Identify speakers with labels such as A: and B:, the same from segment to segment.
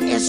A: this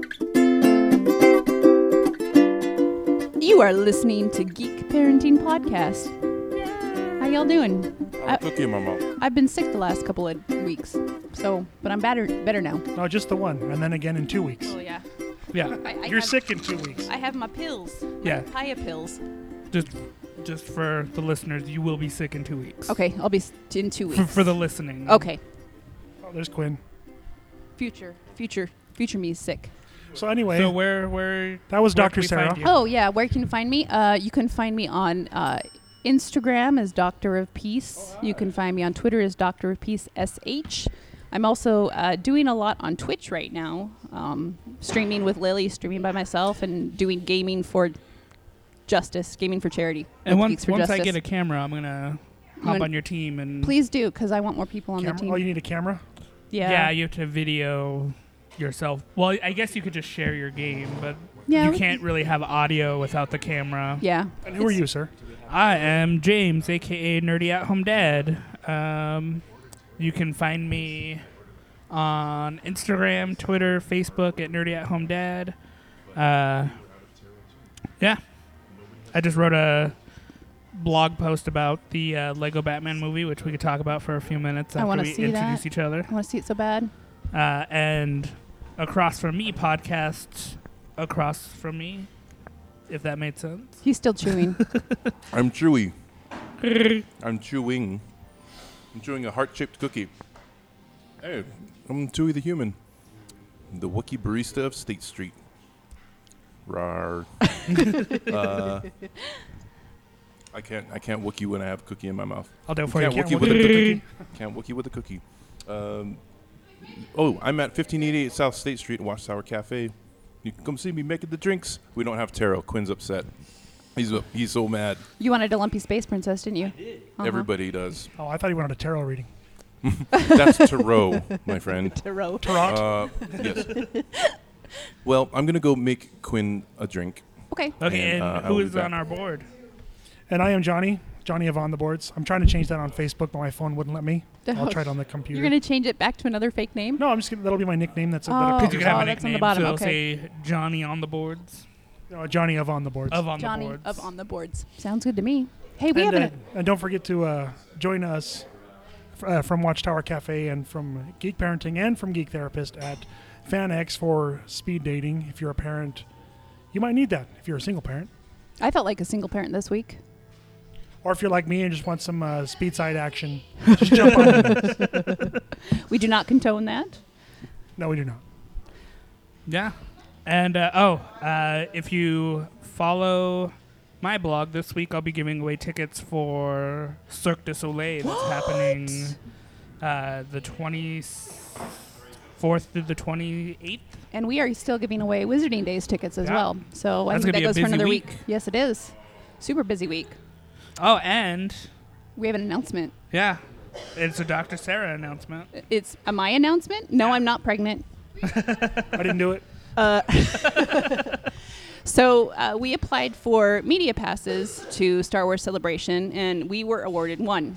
B: You are listening to Geek Parenting Podcast. How y'all doing? I,
C: Cookie Momo.
B: I've been sick the last couple of weeks, so but I'm better better now.
D: No, just the one, and then again in two weeks.
B: Oh, yeah,
D: Yeah,
B: I- I
D: you're
B: have-
D: sick in two weeks.
B: I have my pills.
E: Yeah.
B: Papaya pills.
E: Just, just for the listeners, you will be sick in two weeks.
B: Okay, I'll be s- in two
E: For,
B: weeks.
E: for the listening.
B: okay,
D: Oh, there's Quinn.
B: future, future, future me is sick.
D: So anyway,
E: So where, where?
D: That was
E: where
D: Dr.
E: can we find
D: Sarah.
E: you?
B: Oh yeah, where can you find me? Uh, you can find me on uh, Instagram as Doctor of Peace. You can find me on Twitter as Doctor of Peace SH. I'm also uh, doing a lot on Twitch right now, um, streaming with Lily, streaming by myself, and doing gaming for justice, gaming for charity.
E: And
B: with
E: once,
B: Geeks for
E: once I
B: Justice.
E: get a camera, I'm gonna hop
B: wanna-
E: on your team and.
B: please do because I want more people on
D: camera-
B: the team.
D: oh, you need a camera.
B: yeah,
E: Yeah. you have to video yourself. Well, I guess you could just share your game, but
B: Yeah,
E: you
B: we-
E: can't really have audio without the camera.
B: yeah.
D: And who are you, sir?
E: I am James, aka Nerdy at Home Dad. Um, you can find me on Instagram, Twitter, Facebook at Nerdy at Home Dad. Uh, yeah, I just wrote a blog post about the uh, Lego Batman movie, which we could talk about for a few minutes
B: I
E: after
B: wanna
E: we
B: see that.
E: introduce each other.
B: I want to see it so bad.
E: Uh, and across from me podcasts across from me, if that made sense.
B: He's still chewing.
F: I'm chewy. I'm chewing. I'm chewing a heart-shaped cookie. Hey, I'm Chewy the human, the Wookiee barista of State Street. Rar. Uh, I can't. I can't Wookiee when I have cookie in my mouth.
E: I'll do it for you.
F: Can't Wookiee with a cookie. Can't Wookiee with a cookie. Um, oh, I'm at 1588 South State Street in Watchtower Cafe. You can come see me making the drinks. We don't have taro. Quinn's upset. He's he's so mad.
B: you wanted a lumpy space princess, didn't you? Uh-huh.
F: Everybody does.
D: Oh, I thought he wanted a tarot reading.
F: That's Tarot, my friend.
B: Tarot.
F: Uh, yes. Well, I'm gonna go make Quinn a drink.
B: Okay.
E: Okay,
F: And,
E: and,
F: uh, I
E: who
F: will be
E: is on
F: back.
E: our board?
D: And I am Johnny. Johnny of on the boards. I'm trying to change that on Facebook, but my phone wouldn't let me. I'll try it on the computer.
B: You're gonna change it back to another fake name?
D: no, I'm just gonna, that'll be my nickname. That's a,
B: Oh.
D: that
E: You
D: appears
E: can
B: Oh,
E: have a
B: that's on the
E: nickname,
B: bottom,
E: So it'll
B: okay.
E: say Johnny on the boards.
D: uh, Johnny of on the boards.
E: Of on
B: Johnny
E: the boards.
B: of on the boards. Sounds good to me. Hey, we
D: and, uh,
B: haven't.
D: and don't forget to uh, join us f- uh, from Watchtower Cafe and from Geek Parenting and from Geek Therapist at FanX for speed dating. If you're a parent, you might need that. If you're a single parent.
B: I felt like a single parent this week.
D: Or if you're like me and just want some uh, speed side action, just jump on. in.
B: We do not condone that.
D: No, we do not.
E: yeah. And uh, oh, uh, if you follow my blog this week, I'll be giving away tickets for Cirque du Soleil that's happening uh, the 24th through the 28th.
B: And we are still giving away Wizarding Days tickets as
E: Yeah.
B: well. So I
E: That's
B: think that
E: gonna be a
B: goes for
E: busy
B: another
E: week.
B: Yes, it is. Super busy week.
E: Oh, and
B: We have an announcement.
E: yeah, it's a Dr. Sarah announcement.
B: It's a my announcement. No, I'm not pregnant.
D: I didn't do it.
B: So uh, we applied for media passes to Star Wars Celebration, and we were awarded one.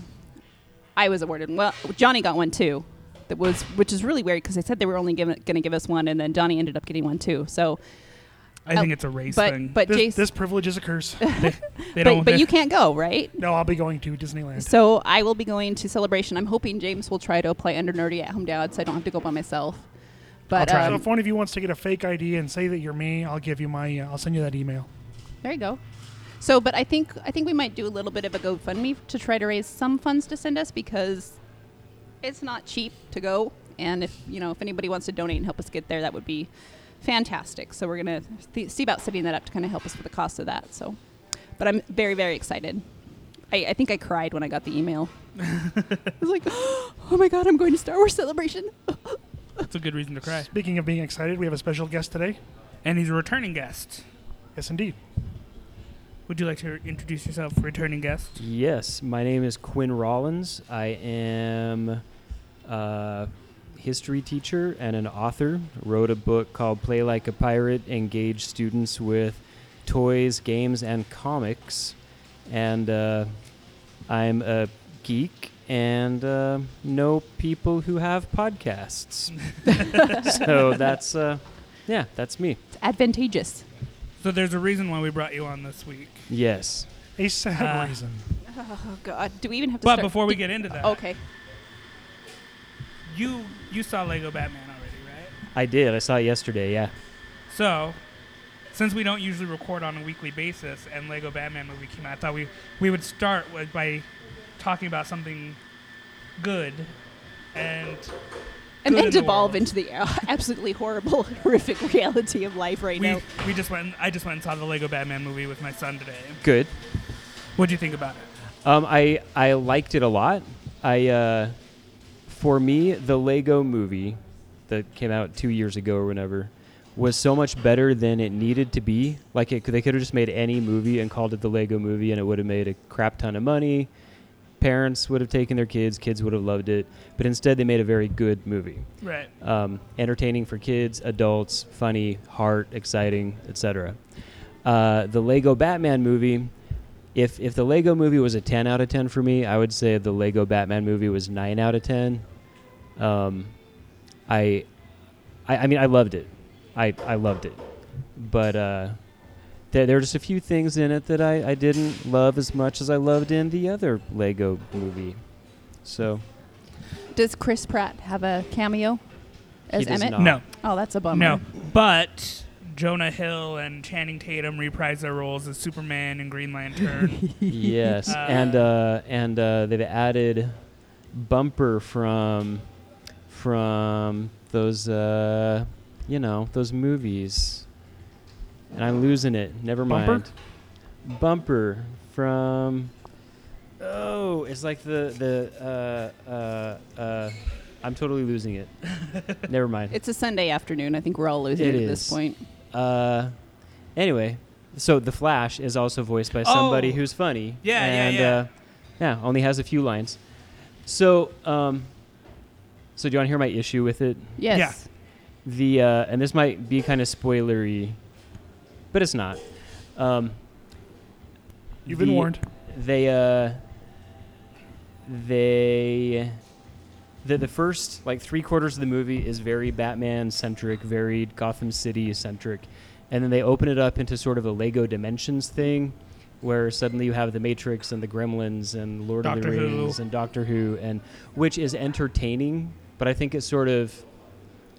B: I was awarded one. well. Johnny got one too. That was which is really weird because they said they were only going to give us one, and then Johnny ended up getting one too. So,
E: I
B: Oh,
E: think it's a race thing.
B: but but
D: This,
B: Jason,
D: this privilege is a curse.
E: they
B: but, but you can't go, right?
D: no, I'll be going to Disneyland.
B: So I will be going to Celebration. I'm hoping James will try to apply under Nerdy at Home Dad, so I don't have to go by myself. But
E: try.
D: So
B: um,
D: if one of you wants to get a fake ID and say that you're me, I'll give you my. Uh, I'll send you that email.
B: There you go. So, but I think I think we might do a little bit of a GoFundMe to try to raise some funds to send us because it's not cheap to go, and if you know if anybody wants to donate and help us get there, that would be fantastic. So we're gonna th- see about setting that up to kind of help us with the cost of that. So, but I'm very very excited. I, I think I cried when I got the email. I was like, oh my god, I'm going to Star Wars Celebration.
E: That's a good reason to cry.
D: Speaking of being excited, we have a special guest today.
E: And he's a returning guest.
G: Yes, indeed.
D: Would you like to introduce yourself, returning guest?
E: Yes, my name is Quinn Rollins. I am a history teacher and an author. Wrote a book called Play Like a Pirate, engage students with toys, games, and comics. And uh, I'm a geek and uh, know people who have podcasts. so that's, uh, yeah, that's me.
B: It's advantageous.
D: So there's a reason why we brought you on this week.
E: Yes.
G: A sad
D: Uh,
G: reason.
B: Oh God, do we even have to?
D: But
B: start-
D: before we
B: Did-
D: get into that,
B: okay,
D: you you saw Lego Batman already, right?
E: I did. I saw it yesterday, yeah.
D: So, since we don't usually record on a weekly basis, and Lego Batman movie came out, I thought we we would start with, by talking about something good, and good
B: and
D: in
B: then
D: the
B: devolve
D: world.
B: into the uh, absolutely horrible, horrific reality of life right
D: we
B: now.
D: we just went. I just went and saw the Lego Batman movie with my son today.
E: Good.
D: What'd you think about it?
E: Um, I I liked it a lot. I uh, for me the Lego Movie that came out two years ago or whenever was so much better than it needed to be. Like it, they could have just made any movie and called it the Lego Movie, and it would have made a crap ton of money. Parents would have taken their kids. Kids would have loved it. But instead, they made a very good movie.
D: Right.
E: Um, entertaining for kids, adults, funny, heart, exciting, etc. Uh, the Lego Batman movie. If if the Lego movie was a ten out of ten for me, I would say the Lego Batman movie was nine out of ten. Um, I, I, I mean, I loved it. I I loved it, but uh, there there were just a few things in it that I, I didn't love as much as I loved in the other Lego movie. So
B: Does Chris Pratt have a cameo as
E: he does
B: Emmett?
E: not.
D: No.
B: Oh, that's a bummer.
D: No, but Jonah Hill and Channing Tatum reprise their roles as Superman and Green Lantern.
E: yes,
D: Uh,
E: and uh, and uh, they've added bumper from from those uh, you know those movies, and I'm losing it. Never
D: Bumper?
E: mind. Bumper from oh, it's like the the uh, uh, uh, I'm totally losing it. Never mind.
B: It's a Sunday afternoon. I think we're all losing
E: It
B: it, at this
E: is.
B: point.
E: Uh, anyway, so the Flash is also voiced by somebody
D: Oh.
E: who's funny.
D: Yeah, yeah,
E: and,
D: yeah.
E: Uh, yeah, only has a few lines. So, um, so do you want to hear my issue with it?
B: Yes.
E: The uh, and this might be kind of spoilery, but it's not. Um,
G: You've been
E: the-
G: warned.
E: They uh, they the the first like three quarters of the movie is very Batman centric, very Gotham City centric, and then they open it up into sort of a Lego Dimensions thing, where suddenly you have the Matrix and the Gremlins and Lord of the
D: Doctor Who.
E: Rings and Doctor Who, and which is entertaining, but I think it sort of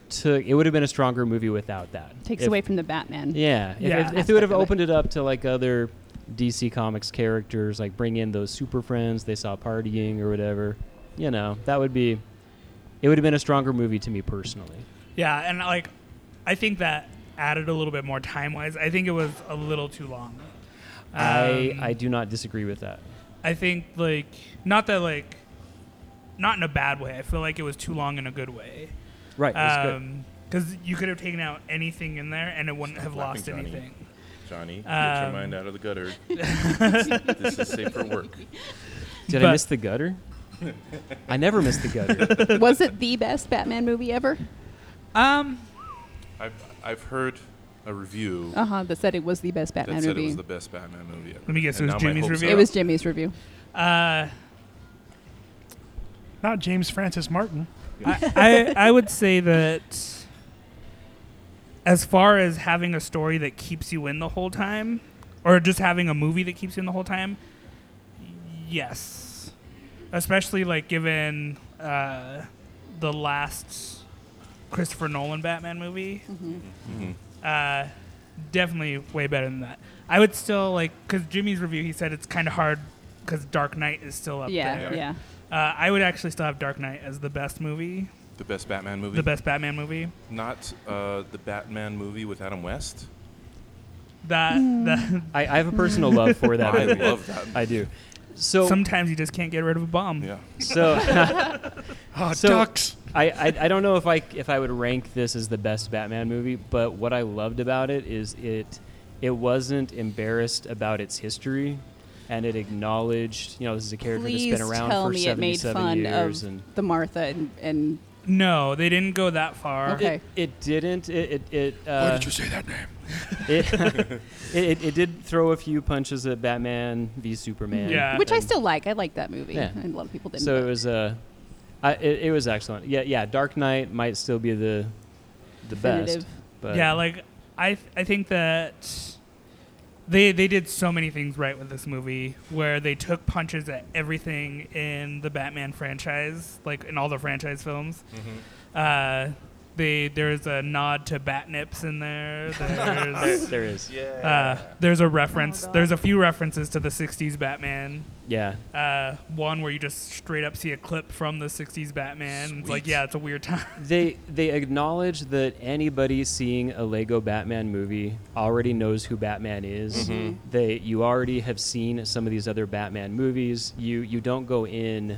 E: took it would have been a stronger movie without that.
B: Takes
E: If-
B: away from the Batman.
E: yeah, if-
D: Yeah.
E: If, if, they would
B: Aspect of
E: have
B: it.
E: opened it up to like other DC Comics characters, like bring in those super friends they saw partying or whatever, you know, that would be. It would have been a stronger movie to me personally.
D: yeah, and like, I think that added a little bit more time wise. I think it was a little too long.
E: I
D: Um,
E: I do not disagree with that.
D: I think like not that like, not in a bad way. I feel like it was too long in a good way.
E: Right. That's good.
D: um, Because you could have taken out anything in there and it wouldn't have lost
F: laughing, Johnny.
D: anything.
F: Johnny, get
D: Um,
F: your mind out of the gutter. this is safe for work.
E: Did
D: but-
E: I miss the gutter? I never missed the gutter.
B: Was it the best Batman movie ever?
D: Um,
F: I've, I've heard a review
B: Uh huh. That said, it was the best Batman
F: that said
B: movie.
F: it was the best Batman movie ever.
D: Let me guess, it
F: And
D: was
F: now my
D: Jimmy's
F: hopes
D: review?
F: are
B: It
F: up.
B: was Jimmy's review.
D: uh,
G: Not James Francis Martin.
D: I, I would say that as far as having a story that keeps you in the whole time, or just having a movie that keeps you in the whole time, yes. Especially like given uh, the last Christopher Nolan Batman movie, uh, definitely way better than that. I would still like because Jimmy's review, he said it's kind of hard because Dark Knight is still up
B: Yeah,
D: there.
B: yeah.
D: Uh, I would actually still have Dark Knight as the best movie
F: the best Batman movie.
D: the best Batman movie.
F: Not uh, the Batman movie with Adam West.
D: That that
E: I, I have a personal love for that.
F: I
E: movie.
F: love that.
E: I do. So
D: sometimes you just can't get rid of a bomb.
F: Yeah.
E: so.
G: Ah,
E: So-
G: ducks.
E: I, I, I don't know if I if I would rank this as the best Batman movie, but what I loved about it is it it wasn't embarrassed about its history, and it acknowledged, you know, this is a character
B: Please
E: that's been around
B: tell
E: for
B: me it made
E: 77
B: fun
E: years,
B: of
E: and
B: the Martha and, and
D: No, they didn't go that far.
B: Okay.
E: it, it didn't. It it it,
F: Why
E: uh,
F: did you say that name?
E: it, it, it it did throw a few punches at Batman v Superman.
D: Yeah.
B: which I
E: and-
B: still like. I like that movie.
E: Yeah.
B: And a lot of people didn't.
E: So it
B: but-
E: was uh, I, it, it was excellent. Yeah, yeah. Dark Knight might still be the the best,
B: Definitive.
E: but
D: yeah, like I th- I think that they they did so many things right with this movie where they took punches at everything in the Batman franchise, like in all the franchise films. Uh, they there's a nod to Batnips in there. There's
E: there is. Yeah,
D: uh, there's a reference. there's a few references to the '60s Batman. Uh, one where you just straight up see a clip from the '60s Batman. It's like, yeah, it's a weird time.
E: They they acknowledge that anybody seeing a Lego Batman movie already knows who Batman
G: Mm-hmm.
E: is.
B: Mm-hmm.
E: They you already have seen some of these other Batman movies. You you don't go in. i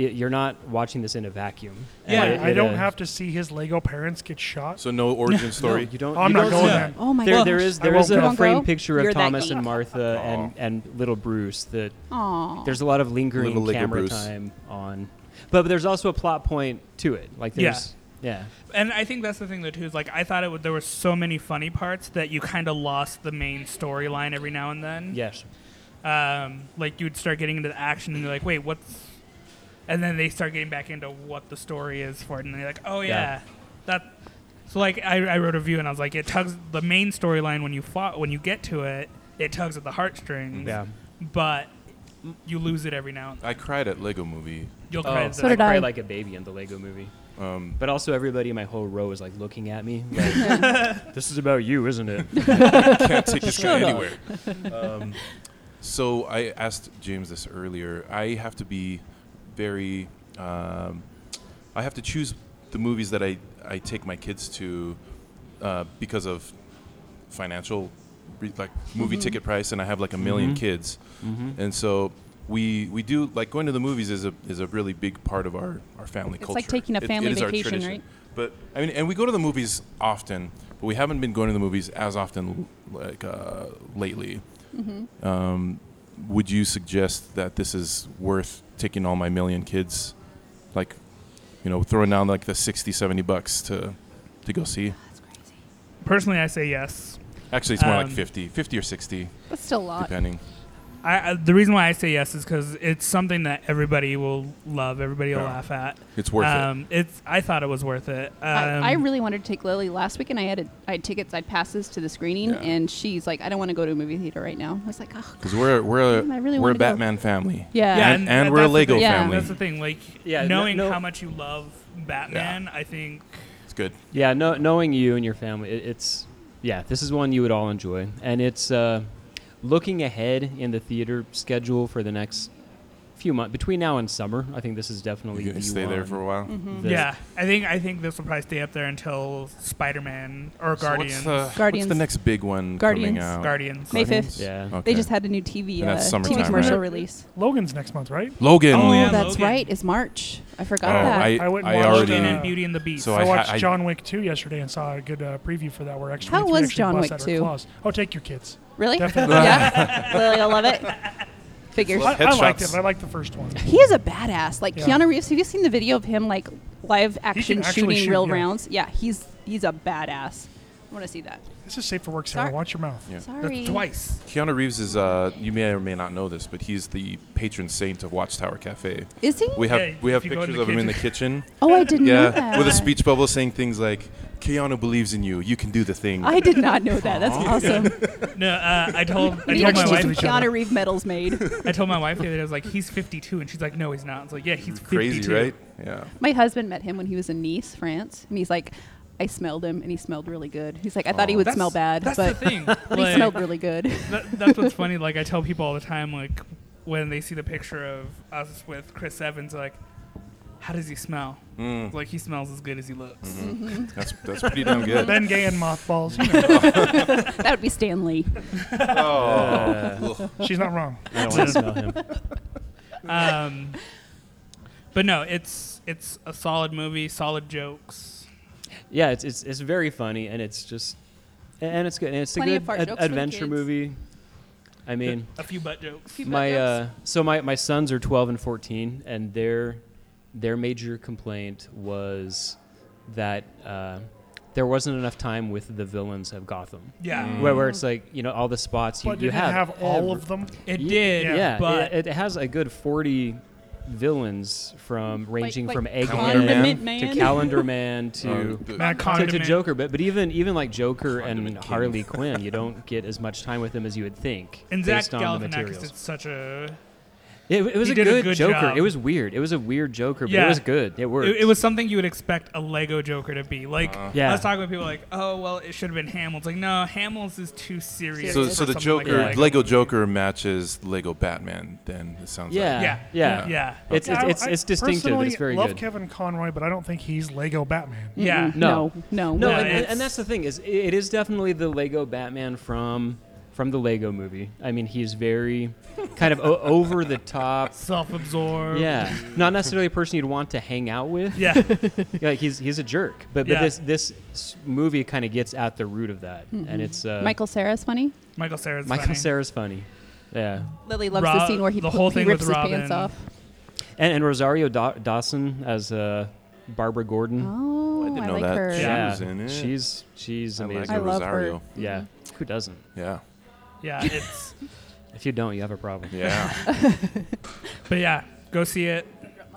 E: you're not watching this in a vacuum.
D: Yeah,
E: And it-
G: I
E: it,
G: don't
E: uh,
G: have to see his Lego parents get shot.
F: So no origin
E: no,
F: story.
E: you don't.
G: I'm
E: you
G: not
E: don't
G: going
E: see-
G: there.
B: oh my
E: There,
B: gosh.
E: there is
G: I
E: there
G: won't
E: is a
G: go.
E: frame
B: Go.
E: picture
B: You're
E: of
B: that
E: Thomas
B: geek.
E: and Martha and, and little Bruce that
B: Aw.
E: there's a lot of lingering
F: Little Lego
E: camera
F: Bruce.
E: time on, but, but there's also a plot point to it. Like
D: Yeah.
E: there's yeah,
D: And I think that's the thing though too is like I thought it would, there were so many funny parts that you kind of lost the main storyline every now and then.
E: yes,
D: Um, like you'd start getting into the action and you're like, wait, what's? And then they start getting back into what the story is for it, and they're like, oh yeah,
E: Yeah.
D: that. So like I, I wrote a review and I was like, it tugs the main storyline when you fought when you get to it, it tugs at the
G: Mm-hmm.
D: heartstrings.
E: yeah.
D: But you lose it every now and then.
F: I cried at Lego Movie.
D: You'll cry. at
E: so
D: the-
E: Oh. I
B: did I.
E: cried like a baby in the Lego movie. but also everybody in my whole row was like looking at me. Like, this is about you, isn't it?
F: can't take this guy anywhere. Um, so I asked James this earlier. I have to be very. Um, I have to choose the movies that I, I take my kids to uh, because of financial, re- like movie
B: Mm-hmm.
F: ticket price, and I have like a 1000000 kids, and so. We, we do like going to the movies is a is a really big part of our, our family
B: It's
F: culture.
B: like taking a
F: It-
B: family
F: it is our
B: vacation,
F: tradition.
B: right?
F: But I mean, and we go to the movies often, but we haven't been going to the movies as often like uh, lately.
B: Mm-hmm.
F: Um, would you suggest that this is worth taking all my million kids, like, you know, throwing down like the 60, 70 bucks to, to go see?
D: Personally, I say yes.
F: Actually, it's more like
D: Um, uh,
F: 50, 50 or 60,
B: That's still a lot.
F: depending.
D: I, I the reason why I say yes is because it's something that everybody will love. Everybody will
F: Yeah.
D: laugh at.
F: It's worth
D: um, It's. I thought it was worth it. Um,
B: I, I really wanted to take Lily last week, and I had a, I had tickets, I had passes to the screening,
F: Yeah.
B: and she's like, I don't want to go to a movie theater right now. I was like, oh,
F: it. Because we're, we're,
B: Mm, I
F: a
B: really
F: we're a
B: wanna go.
F: Batman family.
B: Yeah. Yeah,
F: And,
D: and
F: and
D: that-
F: we're a
D: that's the
F: Lego
D: thing.
B: Yeah.
F: family.
D: That's the thing. Like
E: Yeah, no-
D: knowing
E: no-
D: how much you love Batman, I think.
F: It's good.
E: Yeah, no, knowing you and your family, it, it's yeah, this is one you would all enjoy, and it's uh, looking ahead in the theater schedule for the next few months between now and summer. I think this is definitely
F: You
E: the
F: can stay there
E: one
F: for a while.
E: that-
D: Yeah, I think I think this will probably stay up there until Spider-Man or
F: So
D: Guardians.
F: What's the,
B: Guardians.
F: What's the next big one coming
B: Guardians.
F: out?
D: Guardians.
B: May fifth.
E: Yeah.
F: Okay.
B: They just had a new TV
F: And
B: uh,
F: that's summertime,
B: TV commercial
F: right?
B: release.
G: Logan's next month, right?
F: Logan.
D: Oh, yeah,
B: that's
D: Logan.
B: right. It's March. I forgot
F: Oh,
B: that.
F: I,
G: I went and
F: I
G: watched,
F: already.
D: Logan
G: uh,
D: and Beauty and the Beast.
F: So
G: I,
F: I ha-
G: watched
F: I-
G: John Wick 2 yesterday and saw a good uh, preview for that where X
B: How was John Wick 2?
G: 2? I'll Oh, take your kids.
B: really?
G: Definitely.
B: yeah. Lily, I love it. Figures.
F: Love
G: I, I liked
F: Headshots.
G: it. I liked the first one.
B: He is a badass. Like
G: Yeah.
B: Keanu Reeves. Have you seen the video of him like live action
G: actually
B: shooting
G: shoot,
B: real
G: yeah.
B: rounds? Yeah, he's he's a badass. I want to see that.
G: This is safe for work, Sarah.
B: Sorry.
G: Watch your mouth.
B: Sorry.
D: twice.
F: Keanu Reeves is. Uh, you may or may not know this, but he's the patron saint of Watchtower Cafe.
B: Is he?
F: We have
D: Yeah,
F: we have
D: if you go in
F: pictures
D: the
F: of him in the
D: kitchen.
F: kitchen.
B: oh, I didn't know
F: Yeah,
B: that.
F: with a speech bubble saying things like, "Keanu believes in you. You can do the thing."
B: I did not know that. That's awesome.
D: No, uh, I told I
B: We
D: told my
B: actually
D: wife.
B: some
G: each other.
B: Keanu Reeves medals made.
D: I told my wife the other day. I was like, he's 52, and she's like, no, he's not. I was like, yeah, he's 52.
F: Crazy, right? Yeah.
B: My husband met him when he was in Nice, France, and he's like, I smelled him, and he smelled really good. He's like, I thought he would
D: That's-
B: smell bad,
D: That's
B: but,
D: the thing.
B: but he
D: Like,
B: smelled really good.
D: that, that's what's funny. Like I tell people all the time, like when they see the picture of us with Chris Evans, like, how does he smell? It's Like he smells as good as he looks.
F: That's that's pretty damn good.
G: Ben Gay and mothballs. You know,
B: that would be Stanley. Uh,
F: oh.
G: she's not wrong.
E: I don't want to smell him.
D: Um, but no, it's it's a solid movie, solid jokes.
E: Yeah, it's, it's it's very funny, and it's just and it's good. And it's
B: Plenty
E: a
B: of
E: good
B: fart
E: ad-
B: jokes for the
E: adventure
B: kids.
E: movie. I mean,
D: a few butt jokes.
E: my uh, so my, my sons are 12 and 14 and their their major complaint was that uh, there wasn't enough time with the villains of gotham
D: Yeah,
B: Mm.
E: where, where it's like you know all the spots you,
G: But
E: Mm. you
G: did have,
E: have
G: have all
E: every-
G: of them?
D: it
E: Ye-
D: did.
E: yeah,
D: but
E: it, it has a good 40 villains from ranging
B: like
E: from
B: Condiment
E: eggman
B: Man?
E: to calendar man to
F: Uh,
D: Matt
E: to,
D: Condiment.
E: to Joker, but but even even like Joker and
F: Condiment King.
E: Harley Quinn, you don't get as much time with them as you would think.
D: and Zach
E: based on the
D: Galifianakis
E: materials.
D: did such a.
E: It, it was
D: He
E: a
D: did a
E: good,
D: good
E: Joker.
D: job.
E: It was weird. It was a weird Joker, but
D: Yeah.
E: it was good. It worked.
D: It, it was something you would expect a Lego Joker to be. Like
F: Uh-huh.
E: Yeah.
D: I was talking with people like, oh well, it should have been Hamil's. Like no, Hamil's is too serious.
F: So,
D: for
F: so the
D: something like
F: Joker,
D: that.
F: Lego Joker matches Lego Batman. Then it sounds
E: Yeah.
F: like.
D: Yeah,
E: Yeah.
D: yeah,
E: It's
G: Yeah, I-
E: it's, it's,
G: I
E: it's distinctive. and
G: personally
E: It's very
G: love
E: good.
G: Kevin Conroy, but I don't think he's Lego Batman.
D: yeah.
E: No.
B: no,
E: no,
D: No,
E: and, and,
D: it's-
E: and that's the thing is, i- it is definitely the Lego Batman from from the Lego movie. I mean, he's very kind of o- over the top.
D: Self-absorbed.
E: Yeah, not necessarily a person you'd want to hang out with.
D: Yeah.
E: like he's he's a jerk. But but
D: Yeah.
E: this this s- movie kind of gets at the root of that, and it's uh,
B: Mm-hmm. Michael Sarah's funny.
D: Michael Sarah's
E: Michael
D: funny.
E: Sarah's funny. Yeah,
B: Lily loves
D: Rob-
B: the scene where he,
D: the
B: pu-
D: whole
B: he
D: thing
B: rips
D: with
B: his
D: Robin.
B: pants off.
E: and and Rosario Daw- Dawson as uh, Barbara Gordon.
B: Oh,
F: I didn't know
B: like
F: that.
B: her.
F: She
D: Yeah.
F: was in it.
E: She's she's
F: I like
E: amazing.
F: her
B: I love her.
F: Rosario.
E: Yeah, who doesn't?
F: Yeah.
D: Yeah, it's
E: If you don't, you have a problem.
F: Yeah.
D: but yeah, go see it.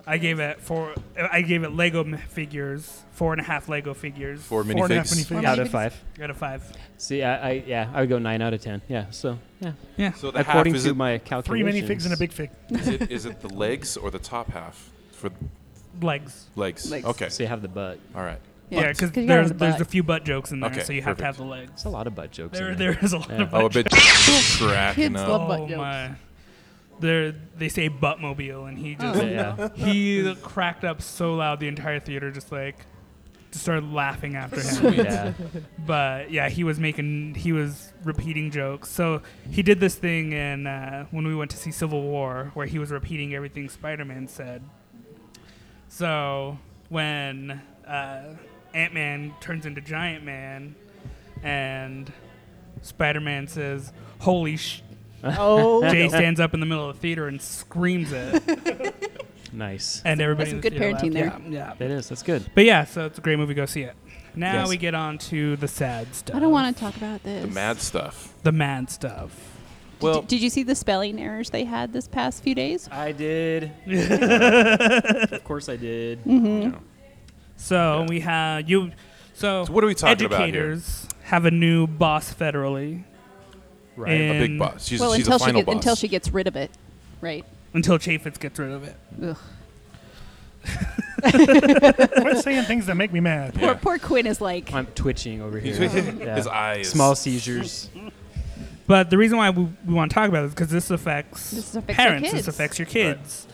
D: I gave it four. I gave it Lego m- figures, four and a half Lego figures
F: Four
G: Four and a half
F: minifigs.
G: minifigs.
E: Out of five.
D: out of five.
E: See, I, I yeah, I would go nine out of ten. Yeah, so yeah.
D: Yeah,
F: So the half
E: According
F: is
E: to
F: it,
E: my
G: Three
E: calculations,
G: minifigs and a big fig.
F: is it is it the legs or the top half for
D: legs.
F: legs?
B: Legs.
F: Okay.
E: So you have the butt.
F: All right.
D: Yeah, because
B: you gotta
D: there's
B: have the
D: there's a
B: butt.
D: few butt jokes in there,
F: Okay,
D: so you have to
F: perfect.
D: have the legs.
E: It's a lot of butt jokes.
D: There
E: in
D: there is a lot
E: Yeah.
D: of butt
F: Oh, a bit cracking
B: Kids
F: up.
B: love butt
D: Oh
B: jokes.
D: my! They're, they say buttmobile, and he just
E: Yeah, yeah.
D: he cracked up so loud the entire theater just like just started laughing after him.
E: yeah.
D: but yeah, he was making he was repeating jokes. So he did this thing in uh, when we went to see Civil War, where he was repeating everything Spider Man said. So when uh, Ant Man turns into Giant Man, and Spider Man says, "Holy sh!"
B: Oh,
D: Jay stands up in the middle of the theater and screams it,
E: Nice.
D: and everybody.
B: That's
D: in the
B: some good
D: theater
B: parenting
D: laughed. Yeah, yeah.
E: That is. That's good.
D: But yeah, so it's a great movie. Go see it. Now
E: Yes.
D: we get on to the sad stuff.
B: I don't want to talk about this.
F: The mad stuff.
D: the mad stuff.
F: Well,
B: did, did you see the spelling errors they had this past few days?
E: I did. of course, I did.
D: So we have you. So,
F: So what are we talking about here?
D: educators have a new boss federally
E: Right.
F: a
D: and-
F: big boss. She's,
B: well,
F: she's
B: until
F: a
B: she
F: final
B: get,
F: boss.
B: until she gets rid of it, right?
D: until Chaffetz gets rid of it.
B: Ugh.
G: Quit saying things that make me mad.
F: Yeah.
B: Poor, poor Quinn is like,
E: I'm twitching over here. Yeah.
F: His eyes.
E: Small seizures.
D: But the reason why we, we want to talk about it is because this affects,
B: This affects your
D: parents.
B: kids.
D: This affects your kids.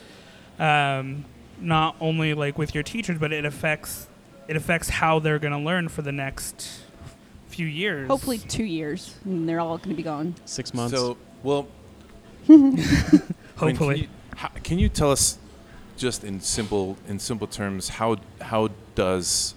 D: Um, not only like with your teachers, but it affects it affects how they're going to learn for the next few years.
B: hopefully two years, and they're all going to be gone.
E: Six months.
F: So, well, Quinn,
D: hopefully.
F: Can you, how, can you tell us, just in simple in simple terms, how how does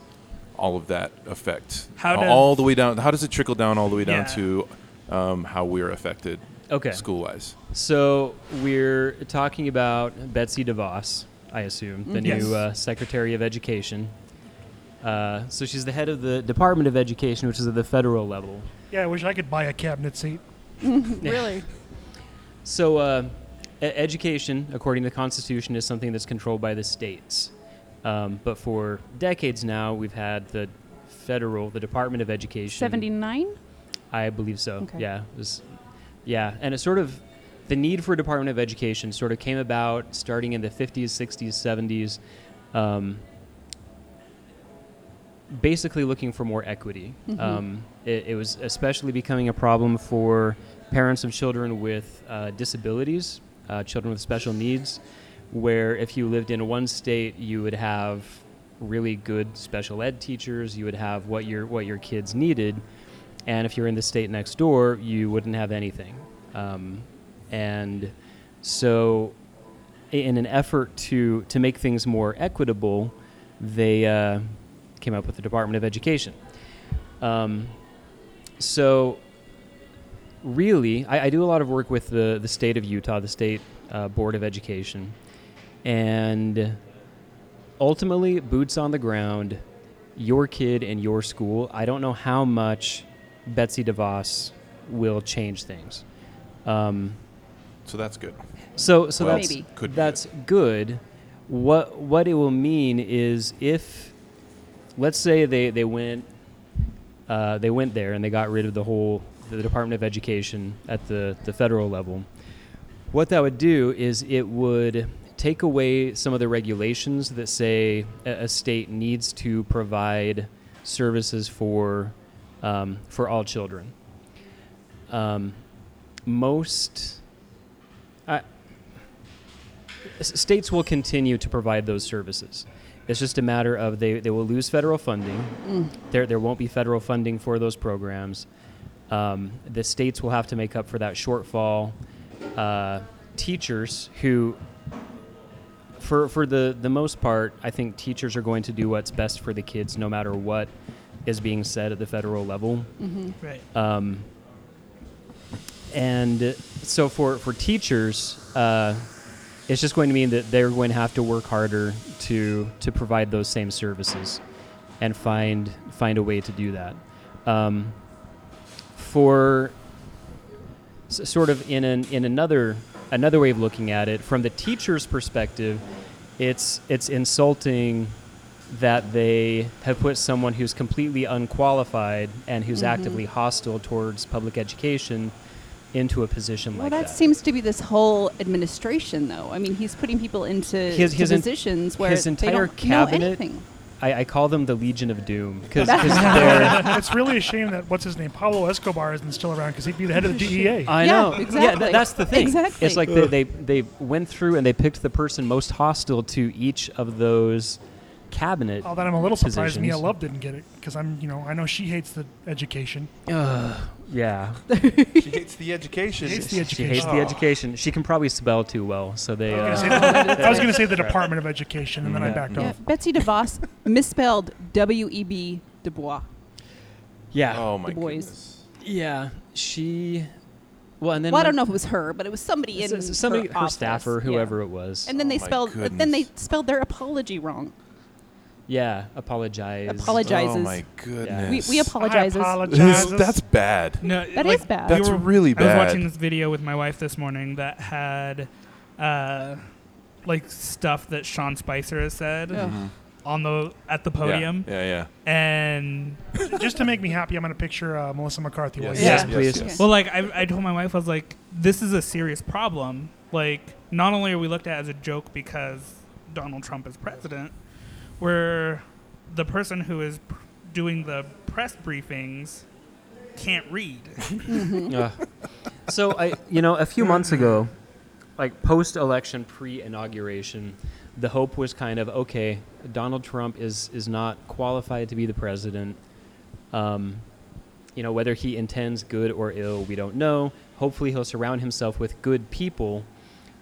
F: all of that affect
D: How does-
F: all the way down? How does it trickle down all the way down
D: Yeah.
F: to um, how we're affected
E: Okay.
F: school wise?
E: So we're talking about Betsy DeVos, I assume, the
D: Yes.
E: new uh, Secretary of Education. Uh, so she's the head of the Department of Education, which is at the federal level.
G: Yeah, I wish I could buy a cabinet seat.
B: Really?
E: So, uh, e- education, according to the Constitution, is something that's controlled by the states. Um, but for decades now, we've had the federal, the Department of Education.
B: Seventy-nine.
E: I believe so.
B: Okay.
E: Yeah, it was, yeah, and it sort of the need for a Department of Education sort of came about starting in the 50s, 60s, 70s. Um, basically, looking for more equity. Um, it, it was especially becoming a problem for parents of children with uh, disabilities, uh, children with special needs, where if you lived in one state, you would have really good special ed teachers. You would have what your what your kids needed and if you're in the state next door, you wouldn't have anything. Um, and so, i- in an effort to to make things more equitable, they uh, came up with the Department of Education. Um, so really, I, I do a lot of work with the, the state of Utah, the state uh, board of education, and ultimately, boots on the ground, your kid and your school. I don't know how much Betsy DeVos will change things. Um,
F: So that's good.
E: so, so
F: Well,
E: that's
B: Maybe.
F: could be
E: that's good. What what it will mean is if, let's say they they went, uh, they went there and they got rid of the whole the Department of Education at the the federal level. What that would do is it would take away some of the regulations that say a, a state needs to provide services for um, for all children. Um, most I, s- states will continue to provide those services. It's just a matter of they, they will lose federal funding. There, there won't be federal funding for those programs. Um, the states will have to make up for that shortfall. Uh, teachers who, for, for the, the most part, I think teachers are going to do what's best for the kids no matter what is being said at the federal level.
D: Right.
E: Um, and so for for teachers, uh, it's just going to mean that they're going to have to work harder to to provide those same services, and find find a way to do that. Um, for s- sort of in an in another another way of looking at it, from the teacher's perspective, it's it's insulting that they have put someone who's completely unqualified and who's actively hostile towards public education into a position
B: Well,
E: like
B: that,
E: that.
B: seems to be this whole administration, though. I mean, he's putting people into
E: His-
B: to
E: his en-
B: positions where
E: his
B: they
E: entire
B: don't
E: cabinet-
B: know anything.
E: I, I call them the Legion of Doom because they're.
G: it's really a shame that what's his name, Pablo Escobar, isn't still around because he'd be the head of the E DEA.
E: I
B: Yeah,
E: know. Yeah,
B: exactly.
E: th- that's the thing.
B: Exactly.
E: It's like they, they they went through and they picked the person most hostile to each of those cabinet.
G: All that I'm a little surprised Mia
E: Positions.
G: Love didn't get it because I'm, you know, I know she hates the education.
E: Ugh, yeah.
H: She hates the education.
G: Hates the
E: She hates
G: education.
E: the education. She can probably spell too well, so they.
G: I
E: Uh,
G: was gonna say the- I was going to say the Department of Education, and then I
E: Yeah.
G: backed
B: Yeah,
G: off.
B: Betsy DeVos misspelled W E B Dubois.
E: yeah.
F: Oh my
B: The boys.
F: goodness.
E: Yeah. She. Well, and then
B: Well, I don't
E: when-
B: know if it was her, but it was somebody in
E: s- s- somebody,
B: her,
E: her,
B: office.
E: staffer,
B: Yeah.
E: whoever it was.
B: And then they
F: Oh my
B: spelled. uh, Then they
F: goodness.
B: spelled their apology wrong.
E: yeah, apologize.
B: Apologize.
F: Oh
B: Apologizes.
F: my
B: We,
F: goodness.
B: we apologizes.
G: I
F: This-
G: apologize.
F: that's bad.
D: No,
B: That
D: like,
B: is bad.
D: we
F: That's really
D: I was
F: bad.
D: watching this video with my wife this morning that had, uh, like stuff that Sean Spicer has said
B: Ugh.
D: on the at the
F: Mm-hmm. Yeah,
D: podium,
F: Yeah, yeah.
D: and
G: Just to make me happy, I'm going to picture uh, Melissa McCarthy. while
F: Yes,
G: you
D: Yeah.
F: yes,
G: say it.
E: please.
B: Okay.
D: Well, like I, I told my wife, I was like, this is a serious problem. Like, not only are we looked at as a joke because Donald Trump is president, where the person who is pr- doing the press briefings can't read.
E: Ugh. so I, you know, a few months ago, like post-election, pre-inauguration, the hope was kind of okay. Donald Trump is is not qualified to be the president. Um, you know, whether he intends good or ill, we don't know. Hopefully, he'll surround himself with good people.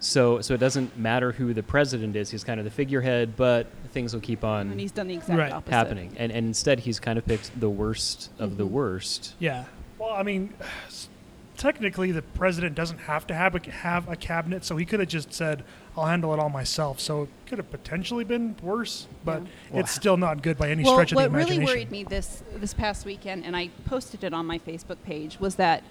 E: So, so it doesn't matter who the president is. He's kind of the figurehead, but things will keep on
B: and he's done the exact
D: Right.
B: opposite.
E: happening. And, and instead, he's kind of picked the worst of the worst.
D: Yeah.
G: Well, I mean, s- technically, the president doesn't have to have a, have a cabinet, so he could have just said, "I'll handle it all myself." So it could have potentially been worse, but it's still not good by any
B: well,
G: stretch of the
B: what
G: imagination.
B: really worried me this this past weekend, and I posted it on my Facebook page, was that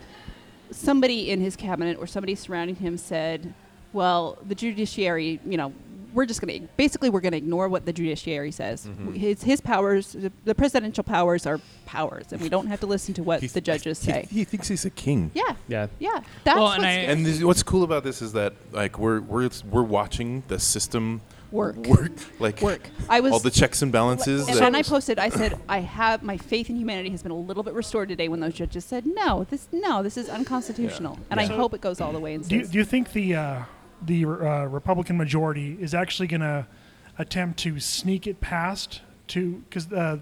B: somebody in his cabinet or somebody surrounding him said, "Well, the judiciary, you know, we're just going to basically we're going to ignore what the judiciary says.
G: Mm-hmm.
B: His his powers, the, the presidential powers are powers, and we don't have to listen to what
F: He-
B: the judges
F: he-
B: say."
F: He, thinks he's a king.
B: yeah,
E: Yeah.
B: yeah. That's
D: Well,
B: what's
D: and I-
B: scary.
F: And this, what's cool about this is that like we're we're we're watching the system
B: Work.
F: work like
B: Work. I was
F: all the checks and balances.
B: And
F: that-
B: then I posted, I said, I have my faith in humanity has been a little bit restored today when those judges said, no, this no, this is unconstitutional, and I hope it goes all the way and
G: Do you,
B: says,
G: do you think the uh, the uh, Republican majority is actually going to attempt to sneak it past to because uh,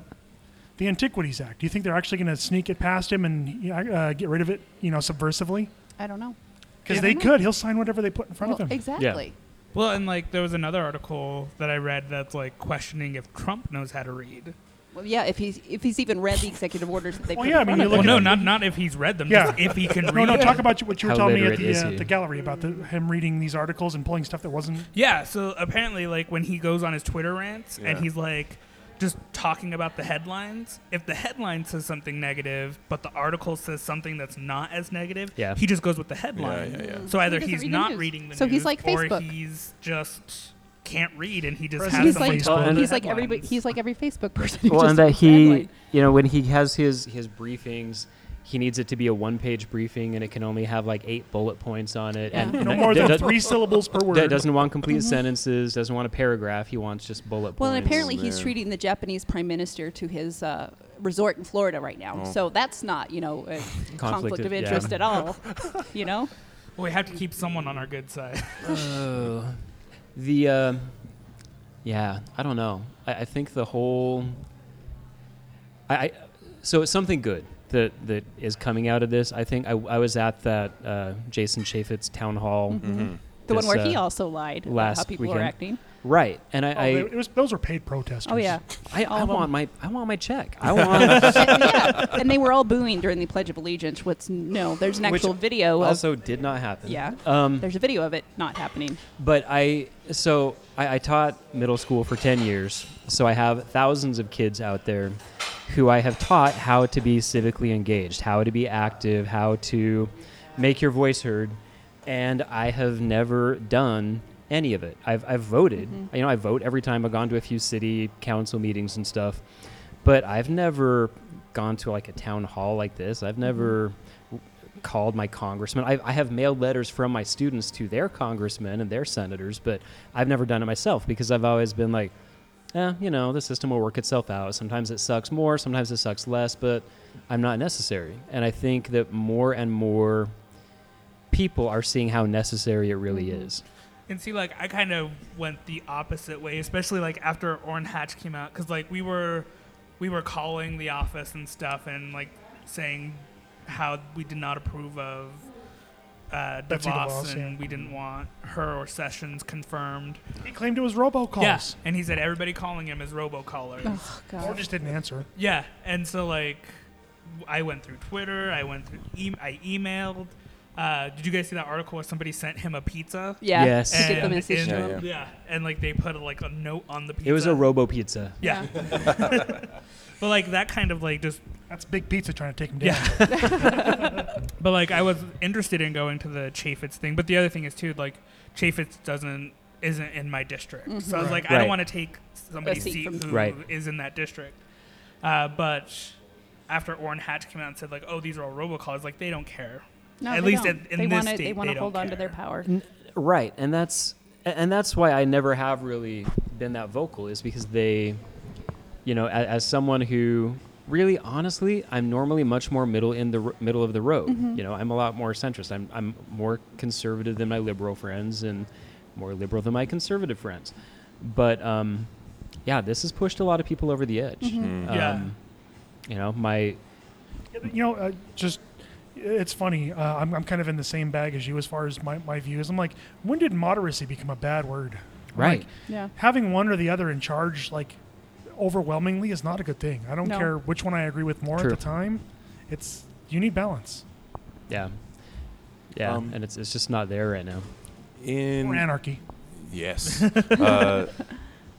G: the Antiquities Act? Do you think they're actually going to sneak it past him and uh, get rid of it, you know, subversively?
B: I don't know.
G: Because
B: I
G: they
B: don't know.
G: could. He'll sign whatever they put in front
B: Well,
G: of him.
B: exactly.
D: Well, and like there was another article that I read that's like questioning if Trump knows how to read.
B: Well, yeah, if he's if he's even read the executive orders that they
G: Well,
B: put
G: yeah, I
B: in
G: mean,
B: front
G: you
B: of
G: look
D: Well,
B: him.
D: no, not not if he's read them. Just if he can
G: no,
D: read.
G: No,
D: them.
G: talk about you- what you were
E: How
G: telling me at
E: literate is
G: the, uh,
E: he?
G: the gallery about the, him reading these articles and pulling stuff that wasn't.
D: Yeah, so apparently, like when he goes on his Twitter rants and
F: Yeah.
D: he's like just talking about the headlines, if the headline says something negative, but the article says something that's not as negative,
E: Yeah.
D: he just goes with the headline.
F: yeah, yeah.
D: So either
B: doesn't
D: he's
B: read the
D: not
B: news.
D: reading the
B: So
D: news,
B: he's like
D: or
B: Facebook.
D: he's just can't read and he just has
G: President
B: He's
D: something
B: like,
D: called the
B: he's like every
D: headlines.
B: he's like every Facebook person. who
E: well,
B: just
E: and that
B: reads the
E: he,
B: headline.
E: you know, when he has his his briefings, he needs it to be a one-page briefing, and it can only have like eight bullet points on it,
B: Yeah. Mm-hmm.
E: and
G: No
E: that-
G: more
E: that
G: than
E: does-
G: three syllables per word.
E: that doesn't want complete sentences, doesn't want a paragraph. He wants just bullet
B: Well,
E: points.
B: and apparently he's treating the Japanese prime minister to his uh, resort in Florida right now.
D: Oh.
B: So that's not, you know, a conflict,
E: of-
B: of
E: yeah.
B: interest at all. You know?
D: Well, we have to keep someone on our good side.
E: Oh, the uh, yeah, I don't know. I, I think the whole I, I so it's something good that that is coming out of this. I think I, I was at that uh, Jason Chaffetz town hall,
B: The
E: this,
B: one where he
E: uh,
B: also lied about how
E: last
B: people were
E: weekend.
B: acting.
E: right? And I
G: Oh,
E: I,
G: they- it was, those were paid protesters.
B: Oh, yeah.
E: I,
B: all
E: I
B: of 'em.
E: want my I want my check. I want
B: and, yeah. And they were all booing during the Pledge of Allegiance, which, no, there's an
E: Which
B: actual video of.
E: also did not happen.
B: yeah.
E: Um,
B: there's a video of it not happening.
E: But I so I, I taught middle school for ten years, so I have thousands of kids out there who I have taught how to be civically engaged, how to be active, how to make your voice heard, and I have never done any of it. I've I've voted, you know, I vote every time. I've gone to a few city council meetings and stuff, but I've never gone to like a town hall like this. I've never called my congressman. I, I have mailed letters from my students to their congressmen and their senators, but I've never done it myself because I've always been like, eh, you know, the system will work itself out. Sometimes it sucks more, sometimes it sucks less, but I'm not necessary. And I think that more and more people are seeing how necessary it really is.
D: And see, like, I kind of went the opposite way, especially like after Orrin Hatch came out, because like we were, we were calling the office and stuff, and like saying how we did not approve of uh, DeVos,
G: Betsy DeVos,
D: and
G: yeah.
D: we didn't want her or Sessions confirmed.
G: He claimed it was robocalls.
D: Yes, and he said everybody calling him is robocallers.
B: Oh,
G: Or
B: God.
G: just didn't answer.
D: Yeah, and so like, w- I went through Twitter, I went through, e- I emailed. Uh, did you guys see that article where somebody sent him a pizza?
B: Yeah.
E: Yes.
B: to get the
D: And
B: message.
D: in-
F: Yeah,
D: yeah,
F: yeah.
D: and like they put like a note on the pizza.
E: It was a robo pizza.
D: Yeah. but like that kind of like just.
G: That's Big Pizza trying to take him down.
D: But like I was interested in going to the Chaffetz thing, but the other thing is too like Chaffetz doesn't isn't in my district, so I was like I
E: Right.
D: don't want to take somebody's
B: A seat
D: seat, who
B: Mm-hmm. from-
D: is
E: Right.
D: in that district. Uh, but after Orrin Hatch came out and said like, oh, these are all robocalls, like they don't care.
B: No,
D: At
B: they
D: least
B: don't.
D: in- in
B: they
D: this
B: wanna,
D: state,
B: they wanna
D: they don't
B: hold on to
D: care.
B: their power.
E: Right, and that's a- and that's why I never have really been that vocal is because they, you know, as, as someone who really honestly, I'm normally much more middle in the r- middle of the road.
G: Mm-hmm.
E: You know, I'm a lot more centrist. I'm I'm more conservative than my liberal friends and more liberal than my conservative friends. But um, yeah, this has pushed a lot of people over the edge.
G: Mm-hmm.
E: Um,
D: Yeah.
E: You know, my
G: you know, uh, just it's funny. Uh, I'm, I'm kind of in the same bag as you as far as my, my view is. I'm like, when did moderacy become a bad word? I'm
E: Right.
G: like,
B: Yeah.
G: having one or the other in charge, like overwhelmingly, is not a good thing. I don't
B: No.
G: care which one I agree with more
E: True.
G: at the time. It's you need balance
E: yeah. Yeah,
F: Um,
E: and it's, it's just not there right now.
F: In
G: or anarchy.
F: Yes. uh,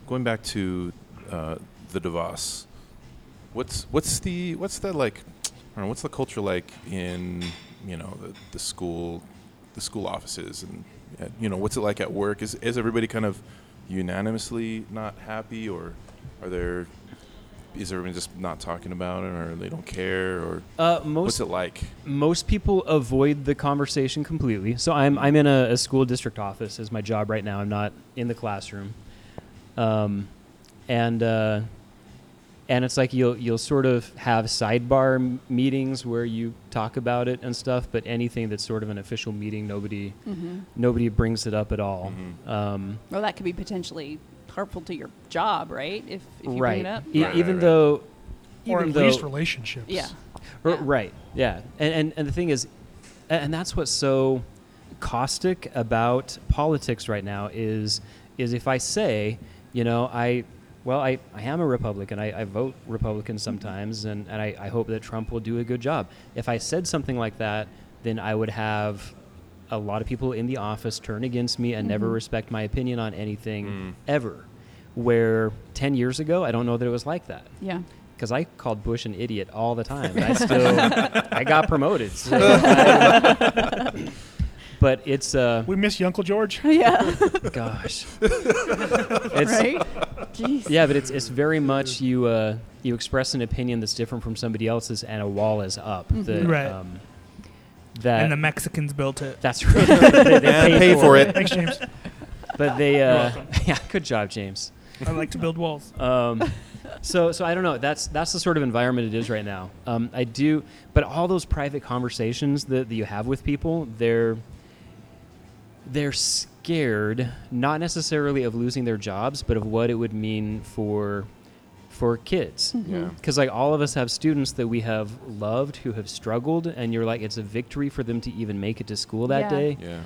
F: going back to uh, the DeVos, what's what's the what's that like? I don't know, what's the culture like in you know the, the school, the school offices, and uh, you know what's it like at work? Is is everybody kind of unanimously not happy, or are there? Is everyone just not talking about it, or they don't care, or
E: Uh,
F: what's
E: most
F: it like?
E: most people avoid the conversation completely. So I'm I'm in a, a school district office is my job right now. I'm not in the classroom, um, and uh, and it's like you'll you'll sort of have sidebar m- meetings where you talk about it and stuff. But anything that's sort of an official meeting, nobody
B: Mm-hmm.
E: nobody brings it up at all.
F: Mm-hmm.
E: Um,
B: Well, that could be potentially harmful to your job, right? If, if you bring
E: right.
B: it up.
E: E-
F: Right, right,
E: even
F: right.
E: though.
G: Or
E: even
G: at
E: though,
G: least relationships.
B: Yeah.
E: R-
B: Yeah.
E: Right. Yeah. And, and and the thing is, a- and that's what's so caustic about politics right now is is if I say, you know, I Well, I, I am a Republican. I, I vote Republican sometimes, and, and I, I hope that Trump will do a good job. If I said something like that, then I would have a lot of people in the office turn against me and never
I: Mhm.
E: respect my opinion on anything ever. Where 10 years ago, I don't know that it was like that.
B: Yeah.
E: Because I called Bush an idiot all the time. And I still, I got promoted. so I- but it's uh,
G: We miss you, Uncle George.
B: Yeah.
E: Gosh. It's-
B: Right? Jeez.
E: Yeah, but it's it's very much you uh, you express an opinion that's different from somebody else's, and a wall is up.
B: Mm-hmm.
D: Mhm.
E: That,
D: Right.
E: Um, that
D: and the Mexicans built it.
E: that's right. They- they
D: Yeah, pay for it. Thanks, James.
E: But they,
D: You're
E: uh,
D: welcome.
E: yeah, good job, James.
D: I like to build walls.
E: Um, so, so I don't know. That's that's the sort of environment it is right now. Um, I do, but all those private conversations that, that you have with people, they're they're scared, not necessarily of losing their jobs, but of what it would mean for for kids.
I: Mhm. Yeah.
E: Because like all of us have students that we have loved who have struggled, and you're like, it's a victory for them to even make it to school
I: Yeah.
E: that day.
I: Yeah.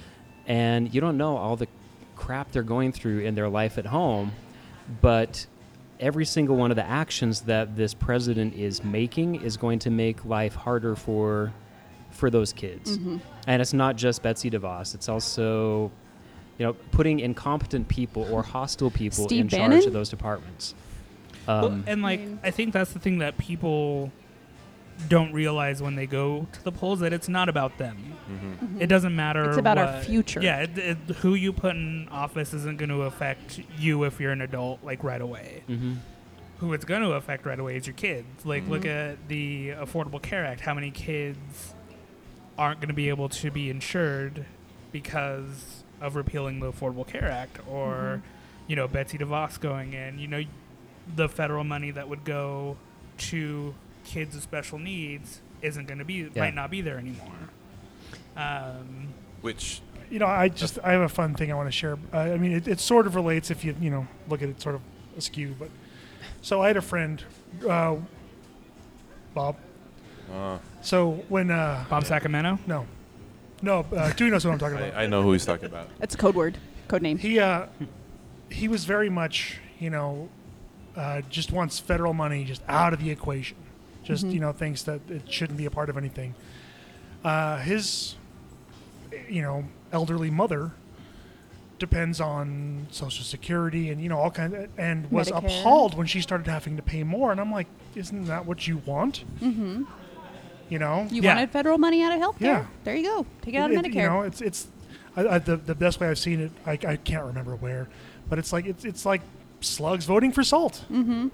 E: And you don't know all the crap they're going through in their life at home, but every single one of the actions that this president is making is going to make life harder for for those kids.
D: Mm-hmm.
I: Mhm.
E: And it's not just Betsy DeVos; it's also you know putting incompetent people or hostile people
D: Steve
E: in charge
D: Bannon?
E: of those departments.
D: well,
E: Um,
D: and like I think that's the thing that people don't realize when they go to the polls that it's not about them.
I: Mhm.
B: Mhm.
D: It doesn't matter.
B: It's about our
D: what-
B: future.
D: Yeah, it, it, who you put in office isn't going to affect you if you're an adult like right away.
E: Mhm.
D: Who it's going to affect right away is your kids. Like look
I: Mhm.
D: at the Affordable Care Act. How many kids aren't going to be able to be insured because of repealing the Affordable Care Act or
B: Mm-hmm.
D: you know Betsy DeVos going in, you know the federal money that would go to kids with special needs isn't going to be
E: Yeah.
D: might not be there anymore. Um,
F: Which
G: You know, I just I have a fun thing I want to share. Uh, I mean, it, it sort of relates if you you know look at it sort of askew. But so I had a friend, uh, Bob.
F: Uh,
G: So when uh,
D: Bob Sacramento?
G: No, no, uh, Dewey knows what I'm talking about.
F: I, I know who he's talking about.
B: That's a code word, code name.
G: He uh, he was very much, you know, uh, just wants federal money just out of the equation. Just
B: Mm-hmm.
I: Mhm.
G: you know, thinks that it shouldn't be a part of anything. Uh, his, you know, elderly mother depends on Social Security and you know all kind of, and was
I: Medicare.
G: appalled when she started having to pay more. And I'm like, isn't that what you want?
B: Mm-hmm.
G: You know,
B: You wanted federal money out of healthcare.
G: Yeah.
B: There you go. Take it out of
G: It- it-
B: Medicare.
G: You know, it's it's I, I, the the best way I've seen it. I, I can't remember where, but it's like it's it's like slugs voting for salt.
B: mm-hmm.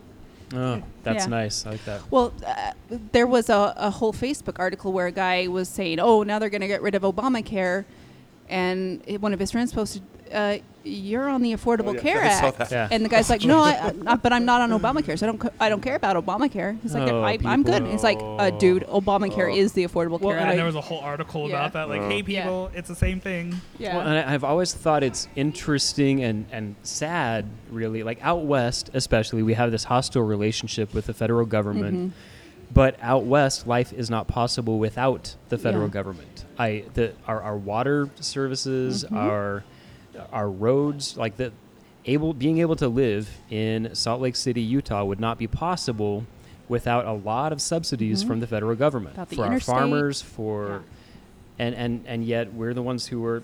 E: oh, that's
B: Yeah.
E: nice. I like that.
B: Well, uh, there was a, a whole Facebook article where a guy was saying, "Oh, now they're going to get rid of Obamacare," and it- one of his friends posted, uh, "You're on the Affordable
I: Oh, yeah.
B: Care
I: I saw
B: Act,"
I: that. Yeah.
B: and the guy's like, "No, I, I, but I'm not on Obamacare, so I don't, c- I don't care about Obamacare." He's like,
D: Oh,
B: I, "I'm good."
D: people.
B: He's like, uh, "Dude, Obamacare
I: Oh.
B: is the Affordable
D: well,
B: Care
D: and
B: Act."
D: there was a whole article
B: Yeah.
D: about that. Like,
E: Oh.
D: hey,
B: Yeah.
D: people, it's the same thing.
B: Yeah.
E: Well, and I- I've always thought it's interesting and, and sad, really. Like out west, especially, we have this hostile relationship with the federal government.
I: Mhm.
E: But out west, life is not possible without the federal
I: Yeah.
E: government. I the our, our water services,
I: Mhm.
E: our our roads, like the able being able to live in Salt Lake City, Utah, would not be possible without a lot of subsidies
I: Mhm.
E: from the federal government
I: Without the
E: for
I: interstate.
E: our farmers, for and and and yet we're the ones who are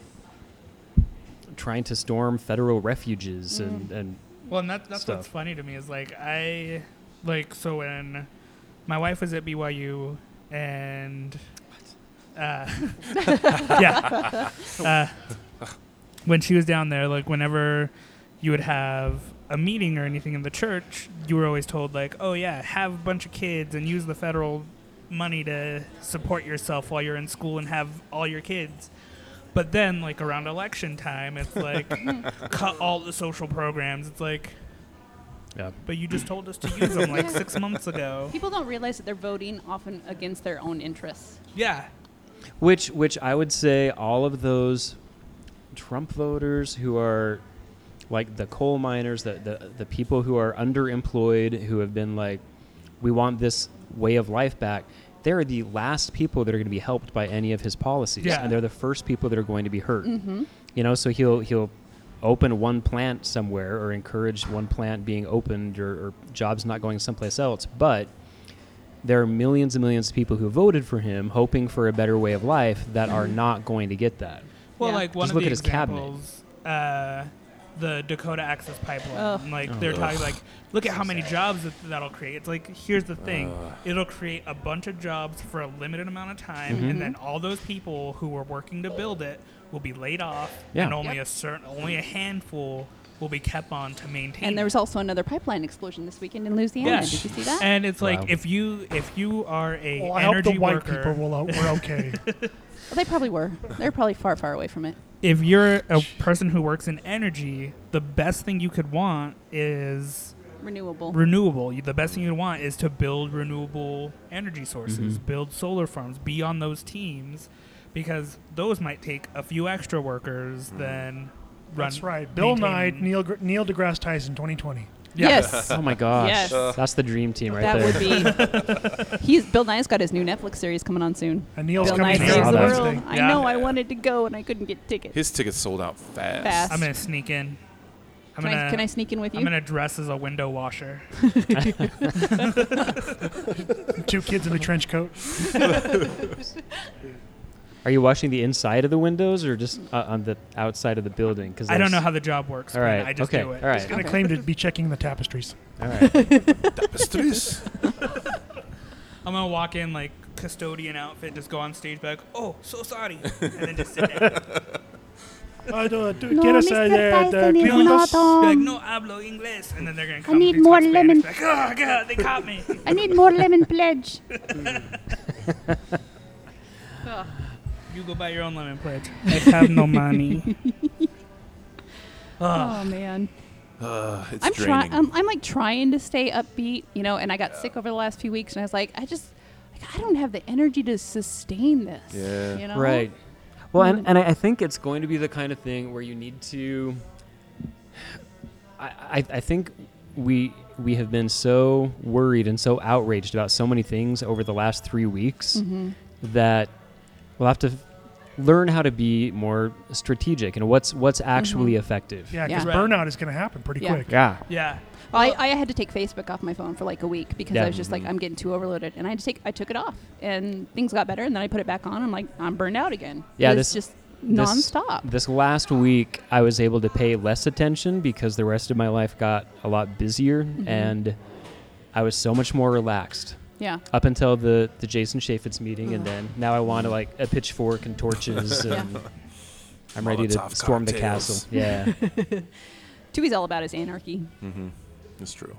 E: trying to storm federal refuges and
I: Mm.
E: and
D: Well, and that, that's
E: stuff.
D: what's funny to me is like I like so when my wife was at BYU and uh, yeah, uh, when she was down there, like whenever you would have a meeting or anything in the church, you were always told like, oh yeah, have a bunch of kids and use the federal money to support yourself while you're in school and have all your kids. But then, like around election time, it's like cut all the social programs. It's like,
E: Yeah.
D: But you just told us to use them like
B: Yeah.
D: six months ago.
B: People don't realize that they're voting often against their own interests.
D: Yeah.
E: which which I would say all of those Trump voters who are like the coal miners, the the, the people who are underemployed, who have been like, we want this way of life back. They're the last people that are going to be helped by any of his policies,
I: Yeah.
E: and they're the first people that are going to be hurt.
I: Mhm.
E: You know, so he'll he'll open one plant somewhere or encourage one plant being opened or, or jobs not going someplace else, but there are millions and millions of people who voted for him hoping for a better way of life that are not going to get that.
D: Well, like one
E: Just
D: of
E: look
D: the
E: at his cabinet.
D: examples, uh, the Dakota Access Pipeline.
B: Ugh.
D: Like
E: Oh.
D: they're talking
E: Ugh.
D: like, look at how many jobs that, that'll create. It's like here's the thing,
I: Ugh.
D: it'll create a bunch of jobs for a limited amount of time,
E: Mhm.
D: and then all those people who were working to build it will be laid off,
E: Yeah.
D: and only a
B: Yep.
D: certain, only a handful will be kept on to maintain.
B: And there was also another pipeline explosion this weekend in Louisiana.
D: Yes.
B: Did you see that?
D: And it's like
E: Wow.
D: if you if you are a
G: Well, Oh, I hope
D: energy
G: the white
D: worker,
G: people will out- were okay.
B: Well, they probably were. They're probably far, far away from it.
D: if you're a person who works in energy, the best thing you could want is
B: Renewable.
D: renewable. You- The best thing you want is to build renewable energy sources,
E: Mhm.
D: build solar farms, be on those teams, because those might take a few extra workers than run.
G: That's right. Bill
D: maintain-
G: Knight, Neil, Gr- Neil deGrasse Tyson, 2020.
B: Yes.
E: Oh my gosh.
B: Yes.
E: That's the dream team right
B: that
E: there.
B: would be. He's Bill Nye's got his new Netflix series coming on soon.
G: And Neil's
B: Bill
G: coming
B: Nye
G: out
B: saves the
E: on
B: world.
G: Wednesday.
B: I
D: Yeah.
B: know. I wanted to go and I couldn't get tickets.
F: His tickets sold out fast.
B: Fast.
D: I'm gonna sneak in. I'm
B: Can I-
D: gonna,
B: can I sneak in with you?
D: I'm gonna dress as a window washer.
G: Two kids in a trench coat.
E: Are you washing the inside of the windows or just uh, on the outside of the building? Because
D: I don't know how the job works.
E: All
D: but
E: right,
D: I just
E: okay,
D: do it.
E: all
G: He's
E: right,
G: going to
B: Okay.
G: claim to be checking the tapestries.
E: all right.
F: Tapestries.
D: I'm gonna walk in like custodian outfit, just go on stage, be like, "Oh, so sorry," and then just sit down.
G: Uh, do- do-
J: No,
G: get us
J: Mr.
G: uh, the- the
J: Tyson is
G: Kleenex.
J: not
D: Be
J: on.
D: like, "No hablo inglés," and then they're gonna. Come
J: need
D: do some
J: more
D: Spanish,
J: lemon.
D: Like, oh god, they caught me.
J: I need more lemon pledge.
D: you go buy your own lemon pledge. I have no money.
B: Oh man.
F: Uh, it's
B: I'm
F: draining.
B: trying. I'm, I'm like trying to stay upbeat, you know. And I got sick over the last few weeks, and I was like, I just, like, I don't have the energy to sustain this.
F: Yeah.
B: You know?
E: right. Well, and, and I I think it's going to be the kind of thing where you need to. I, I, I think we we have been so worried and so outraged about so many things over the last three weeks that we'll have to f- learn how to be more strategic and what's what's actually effective.
G: Yeah,
B: Yeah.
G: because
D: Right.
G: burnout is going to happen pretty
B: Yeah.
G: quick.
E: Yeah.
D: Yeah.
B: I, I had to take Facebook off my phone for like a week because
E: Yeah.
B: I was just like, I'm getting too overloaded, and I had to take. I took it off, and things got better, and then I put it back on. I'm like, I'm burned out again.
E: Yeah,
B: It's
E: this-
B: just
E: this-
B: nonstop.
E: This last week, I was able to pay less attention because the rest of my life got a lot busier and I was so much more relaxed
B: yeah.
E: up until the, the Jason Chaffetz meeting.
B: Mm.
E: And then now I want to like a pitchfork and torches
B: Yeah.
E: and I'm ready to
F: Molotov
E: storm the
F: cocktails.
E: castle. Yeah.
B: Tui's all about his anarchy.
F: it's true.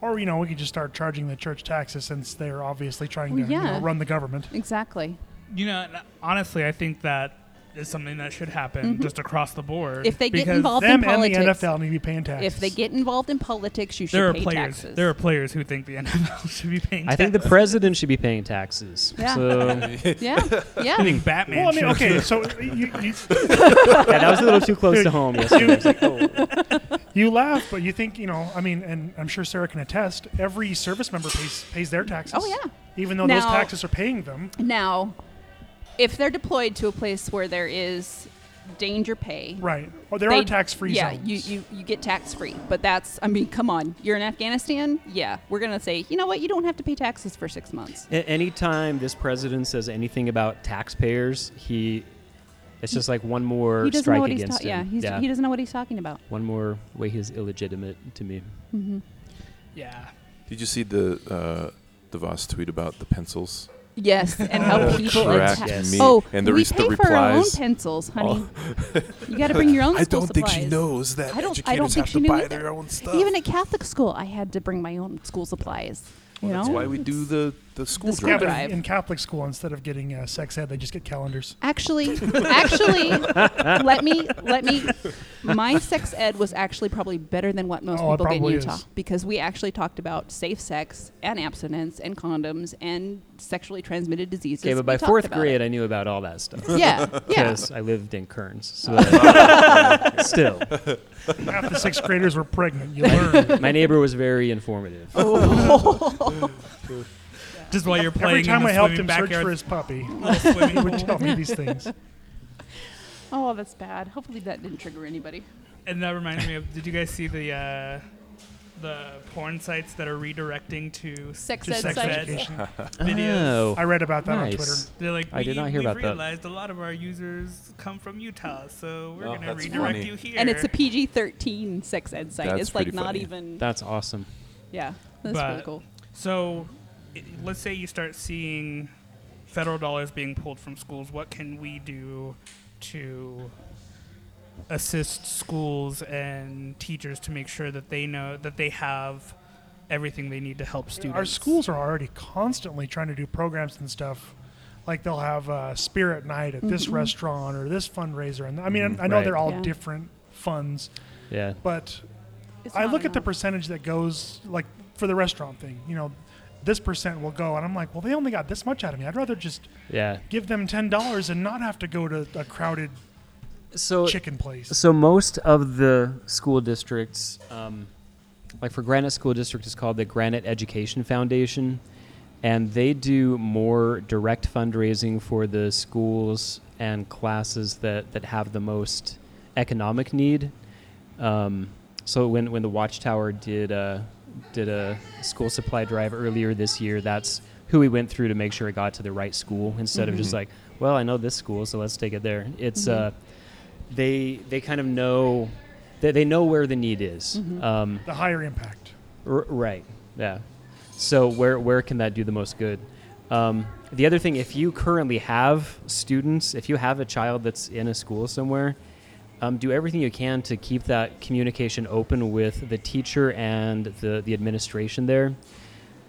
G: Or, you know, we could just start charging the church taxes since they're obviously trying
B: Well,
G: to you know,
B: Oh, yeah.
G: run the government.
B: Exactly.
D: You know, and uh, honestly, I think that is something that should happen just across the board.
B: If they get
D: because
B: involved in
G: Them and the
B: Mm-hmm. politics,
G: NFL need to be paying taxes.
B: if they get involved in politics, you should
D: there are
B: pay
D: players.
B: taxes.
D: There are players who think the NFL should be paying.
E: I think the
D: taxes.
E: president should be paying taxes.
B: Yeah.
E: So
B: yeah.
D: I
B: Yeah.
D: think Batman.
G: well, I mean,
D: should.
G: okay, so you, you,
E: yeah, that was a little too close to home yesterday. I was like, oh.
G: you laugh, but you think, you know, I mean, and I'm sure Sarah can attest, every service member pays, pays their taxes.
B: Oh, yeah.
G: Even though those
B: Now-
G: taxes are paying them.
B: Now, if they're deployed to a place where there is danger pay,
G: Right. Or there
B: they-
G: are tax free
B: Yeah,
G: zones.
B: you, you you get tax free, but that's I mean, come on, you're in Afghanistan. Yeah, we're gonna say, you know what, you don't have to pay taxes for six months.
E: A- Anytime this president says anything about taxpayers, he it's just like one more
B: he doesn't
E: strike
B: know what he's
E: against
B: talking. Yeah,
E: him.
B: he's, he doesn't know what he's talking about.
E: one more way he's illegitimate to me.
D: Yeah.
F: Did you see the uh, DeVos tweet about the pencils?
B: Yes, and how people
F: Correct
B: attack.
F: Oh, me.
B: Oh,
F: And the
B: we
F: res- the
B: pay for our own
F: replies.
B: pencils, honey.
F: Oh.
B: you got to bring your own.
F: I
B: school
F: don't think she
B: supplies.
F: knows that
B: I don't.
F: educators
B: I don't think
F: have
B: she
F: to
B: knew
F: buy
B: either.
F: their own stuff.
B: Even at Catholic school, I had to bring my own school supplies. You know,
F: That's why we do the, the school
B: school
G: yeah,
F: drive.
G: but
B: drive.
G: in, in Catholic school, instead of getting uh, sex ed, they just get calendars.
B: Actually, actually, let me let me. My sex ed was actually probably better than what most
G: Oh, it
B: people get in
G: probably
B: Utah
G: is.
B: because we actually talked about safe sex and abstinence and condoms and sexually transmitted diseases.
E: Okay,
B: We
E: but by
B: talked
E: fourth
B: about
E: grade,
B: it.
E: I knew about all that stuff
B: yeah, yeah.
E: because I lived in Kearns. So still,
G: Half the sixth graders were pregnant. You learn.
E: my neighbor was very informative.
D: Just while you're playing.
G: Every
D: in
G: time
D: the
G: I helped
D: swimming
G: him search
D: backyard
G: for his puppy,
D: swimming
G: he would
D: pool.
G: tell me these things.
B: Oh, that's bad. Hopefully that didn't trigger anybody.
F: And that reminds me of did you guys see the uh, the porn sites that are redirecting to
B: Sex
F: just
B: ed sites.
F: education
E: Oh,
F: videos?
D: I read about that on
E: nice.
D: Twitter.
F: They're like,
E: I did
F: "We-
E: not hear
F: we've
E: about that."
F: realized a lot of our users come from Utah, so we're
K: Oh,
F: going to
K: that's
F: redirect
K: funny.
F: you here.
B: And it's a PG 13 sex ed site.
K: That's
B: it's like
K: pretty
B: not
K: funny.
B: even.
E: That's awesome.
B: yeah, that's
F: But-
B: really cool.
F: So, i let's say you start seeing federal dollars being pulled from schools. What can we do to assist schools and teachers to make sure that they know that they have everything they need to help students?
D: Our schools are already constantly trying to do programs and stuff. Like they'll have uh, spirit night at this restaurant or this fundraiser, and I mean, I know
E: Right.
D: they're all
B: Mm-hmm. Yeah.
D: different funds,
E: Yeah.
D: but
B: It's
D: I
B: not
D: look at the
B: enough.
D: percentage that goes like for the restaurant thing. You know, this percent will go, and I'm like, well, they only got this much out of me. I'd rather just
E: Yeah.
D: give them ten dollars and not have to go to a crowded
E: So
D: chicken place.
E: So most of the school districts, um, like for Granite School District, is called the Granite Education Foundation, and they do more direct fundraising for the schools and classes that that have the most economic need. Um, so when when the Watchtower did a did a school supply drive earlier this year, that's who we went through to make sure it got to the right school instead of just like, well, I know this school, so let's take it there. It's uh, they they kind of know they, they know where the need is. Um,
D: The higher impact.
E: r- right. Yeah. So where where can that do the most good? Um, the other thing, if you currently have students, if you have a child that's in a school somewhere, um, do everything you can to keep that communication open with the teacher and the the administration there,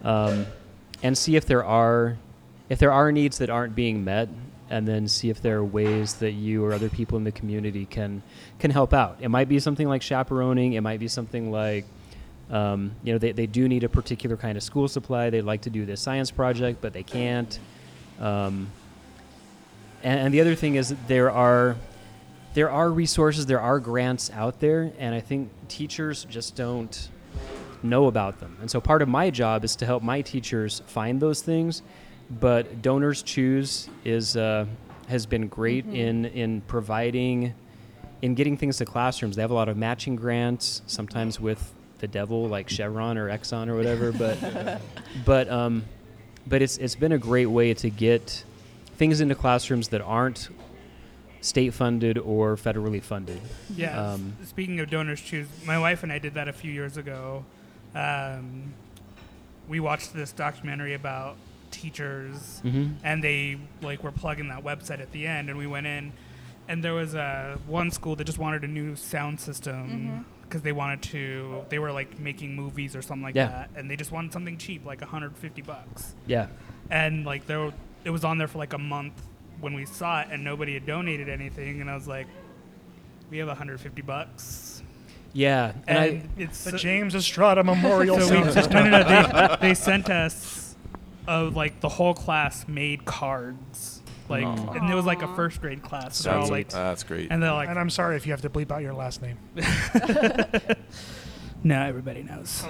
E: um, and see if there are if there are needs that aren't being met, and then see if there are ways that you or other people in the community can can help out. It might be something like chaperoning. It might be something like um, you know they, they do need a particular kind of school supply. They'd like to do this science project, but they can't. Um, and, and the other thing is that there are there are resources, there are grants out there, and I think teachers just don't know about them. And so part of my job is to help my teachers find those things. But donors choose is uh, has been great in in providing in getting things to classrooms. They have a lot of matching grants, sometimes with the devil, like Chevron or Exxon or whatever. But but um, but it's it's been a great way to get things into classrooms that aren't state funded or federally funded.
F: Yeah. s-
E: Um,
F: speaking of donors choose, my wife and I did that a few years ago. Um, we watched this documentary about teachers,
L: Mm-hmm.
F: and they like were plugging that website at the end, and we went in, and there was uh, one school that just wanted a new sound system because they wanted to. They were like making movies or something like
E: Yeah.
F: that, and they just wanted something cheap, like 150 bucks
E: Yeah.
F: and like there it was on there for like a month when we saw it and nobody had donated anything and i was like we have 150 bucks
E: Yeah. And,
F: and,
E: I
F: it's
D: The James Estrada Memorial
F: so we,
D: Sound System.
F: no, no, no, they, they sent us of like the whole class made cards like and it was like a first grade class so they're all,
L: Sounds
F: like,
L: ah, that's great.
F: and they're like
D: And I'm sorry if you have to bleep out your last name.
F: no everybody knows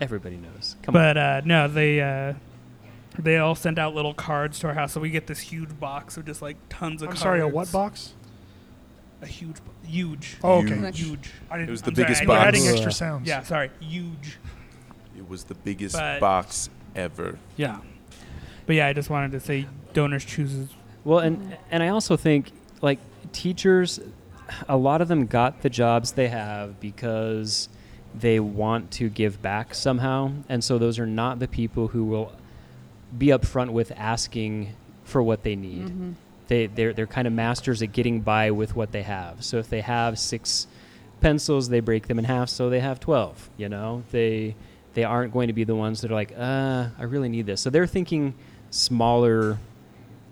E: everybody knows. Come
F: But uh, no, they uh, they all sent out little cards to our house, so we get this huge box of just like tons of.
D: I'm
F: cards.
D: sorry, a what box?
F: A huge, bo- huge.
D: Oh, okay.
B: Huge.
F: huge.
D: I didn't,
L: It was the
F: I'm sorry,
L: biggest
F: I
D: We're
L: box.
F: didn't-
D: adding
E: Uh,
D: extra sounds.
F: Yeah, sorry, huge.
L: It was the biggest
F: But-
L: box ever.
F: Yeah, but yeah, I just wanted to say, donors chooses.
E: on. Well, and and I also think like teachers, a lot of them got the jobs they have because they want to give back somehow, and so those are not the people who will be upfront with asking for what they need. They they're they're kind of masters at getting by with what they have. So if they have six pencils, they break them in half, so they have twelve. You know, they they aren't going to be the ones that are like, uh, I really need this. So they're thinking smaller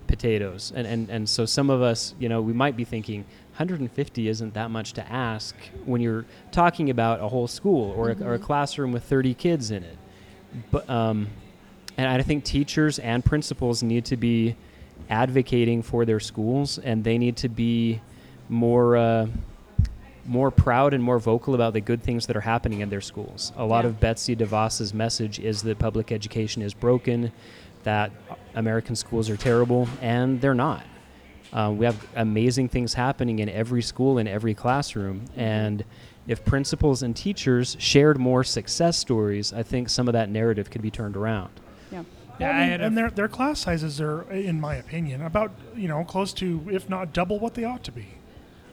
E: potatoes, and and and so some of us, you know, we might be thinking 150 isn't that much to ask when you're talking about a whole school or a, or a classroom with 30 kids in it. But um, and I think teachers and principals need to be advocating for their schools, and they need to be more uh, more proud and more vocal about the good things that are happening in their schools. A lot
B: Yeah.
E: of Betsy DeVos's message is that public education is broken, that American schools are terrible, and they're not. Uh, we have amazing things happening in every school in every classroom,
F: Mm-hmm.
E: and if principals and teachers shared more success stories, I think some of that narrative could be turned around.
B: Yeah.
D: Well, I
F: I
D: mean,
F: had a-
D: and their their class sizes are, in my opinion, about you know close to if not double what they ought to be.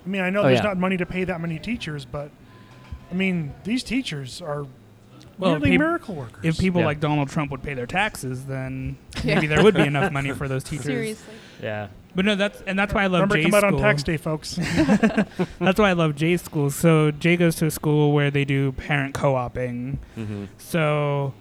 D: I mean, I know
E: Oh,
D: there's
E: yeah.
D: not money to pay that many teachers, but I mean these teachers are
F: Well,
D: really
F: peop-
D: miracle workers.
F: If people
E: Yeah.
F: like Donald Trump would pay their taxes, then
B: Yeah.
F: maybe there would be enough money for those teachers.
B: Seriously.
E: Yeah.
F: But no, that's and that's why I love
D: Remember,
F: Jay's
D: come out
F: school.
D: on tax day, folks.
F: That's why I love Jay's school. So Jay goes to a school where they do parent co-oping. So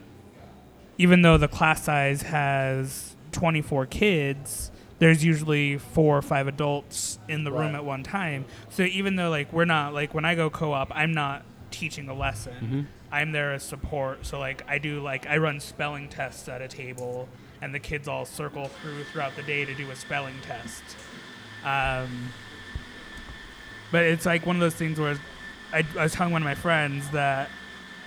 F: even though the class size has 24 kids, there's usually four or five adults in the room at
E: Right.
F: one time. So even though like we're not like when I go co-op, I'm not teaching a lesson. I'm there as support. So like I do like I run spelling tests at a table and the kids all circle through throughout the day to do a spelling test. Um, but it's like one of those things where I, I was telling one of my friends that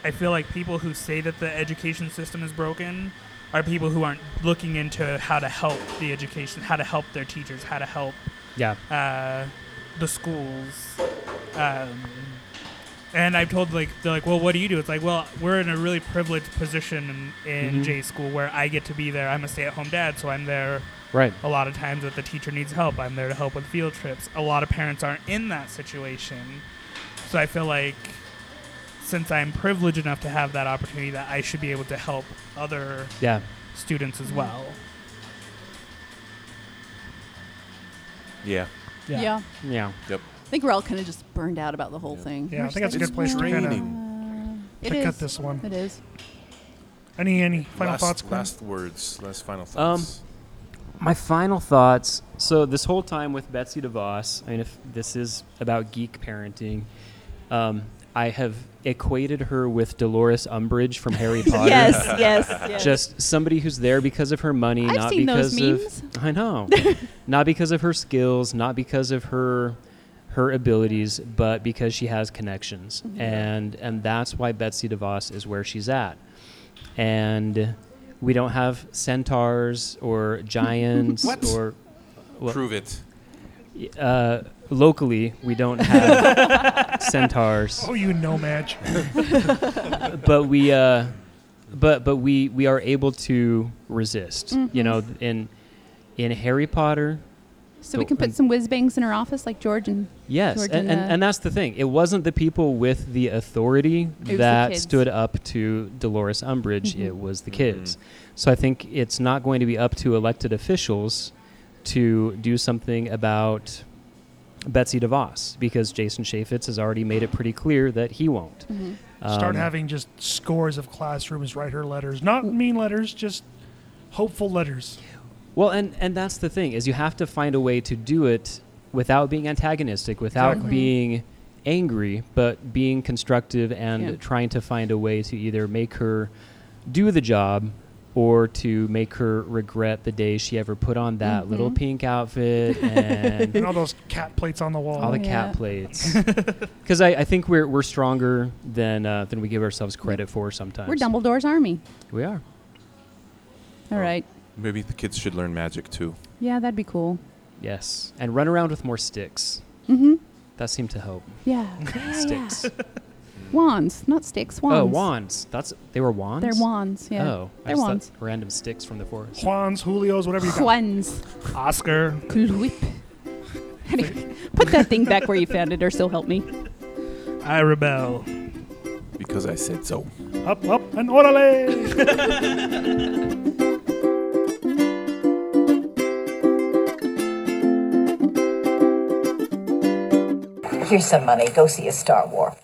F: I feel like people who say that the education system is broken are people who aren't looking into how to help the education, how to help their teachers, how to help
E: Yeah.
F: uh, the schools. Um, and I've told like they're like, well, what do you do? It's like, well, we're in a really privileged position in, in
M: Mm-hmm.
F: J school where I get to be there. I'm a stay-at-home dad, so I'm there
E: Right.
F: a lot of times if the teacher needs help i'm there to help with field trips a lot of parents aren't in that situation so i feel like since i'm privileged enough to have that opportunity that i should be able to help other
E: Yeah.
F: students as well
M: Yeah.
F: Yeah.
B: yeah.
E: Yeah.
M: Yep.
B: I think we're all kind of just burned out about the whole thing.
D: yeah, I think that's a
M: It's
D: good place to kind of
M: draining.
B: It
D: to cut
B: is.
D: this one.
B: It is.
D: Any any final
M: last,
D: thoughts, Quinn?
M: Last words. Last final thoughts.
E: My final thoughts. So this whole time with Betsy DeVos, I mean, if this is about geek parenting, um, I have equated her with Dolores Umbridge from Harry Potter.
B: Yes, yes, yes.
E: Just somebody who's there because of her money,
B: I've
E: not
B: seen
E: because
B: those
E: of I know, not because of her skills, not because of her her abilities, but because she has connections,
B: Mm-hmm.
E: and and that's why Betsy DeVos is where she's at and we don't have centaurs or giants
M: What?
E: or well-
M: Prove it.
E: uh, locally we don't have centaurs
D: Oh, you nomad!
E: but we uh, but but we we are able to resist
B: Mm-hmm.
E: you know in in harry potter
B: So we
E: So,
B: can
E: um,
B: put some whiz bangs in her office like George and uh,
E: yes and, and,
B: Georgina-
E: and that's the thing it wasn't the people with the authority
B: was the
E: that
B: kids. Mm-hmm.
E: stood up to dolores umbridge it was the kids so i think it's not going to be up to elected officials to do something about Betsy DeVos because Jason Chaffetz has already made it pretty clear that he won't.
B: Mm-hmm.
E: Um,
D: Start having just scores of classrooms write her letters, not mean letters, just hopeful letters.
E: Well, and and that's the thing is you have to find a way to do it without being antagonistic, without
D: Exactly.
E: being angry, but being constructive and
B: Yeah.
E: trying to find a way to either make her do the job or to make her regret the day she ever put on that
B: Mm-hmm.
E: little pink outfit and
D: And all those cat plates on the wall.
E: all the
B: Yeah.
E: cat plates. Because I, I think we're, we're stronger than uh, than we give ourselves credit for sometimes.
B: we're Dumbledore's army.
E: We are. Oh.
B: All right.
M: Maybe the kids should learn magic too.
B: Yeah, that'd be cool.
E: Yes. And run around with more sticks.
B: Mm-hmm.
E: That seemed to help.
B: Yeah. yeah,
E: Sticks.
B: yeah. Wands, not sticks. Wands.
E: Oh, wands. That's they were wands.
B: They're wands. Yeah.
E: Oh, I
B: They're
E: just thought
B: wands.
E: Random sticks from the forest.
D: Juan's, Julio's, whatever you got.
B: Juans.
F: oscar
B: Kluip. Put that thing back where you found it, or so help me.
F: i rebel
M: Because I said so.
D: Up, up, and orale!
A: Here's some money. Go see a Star War.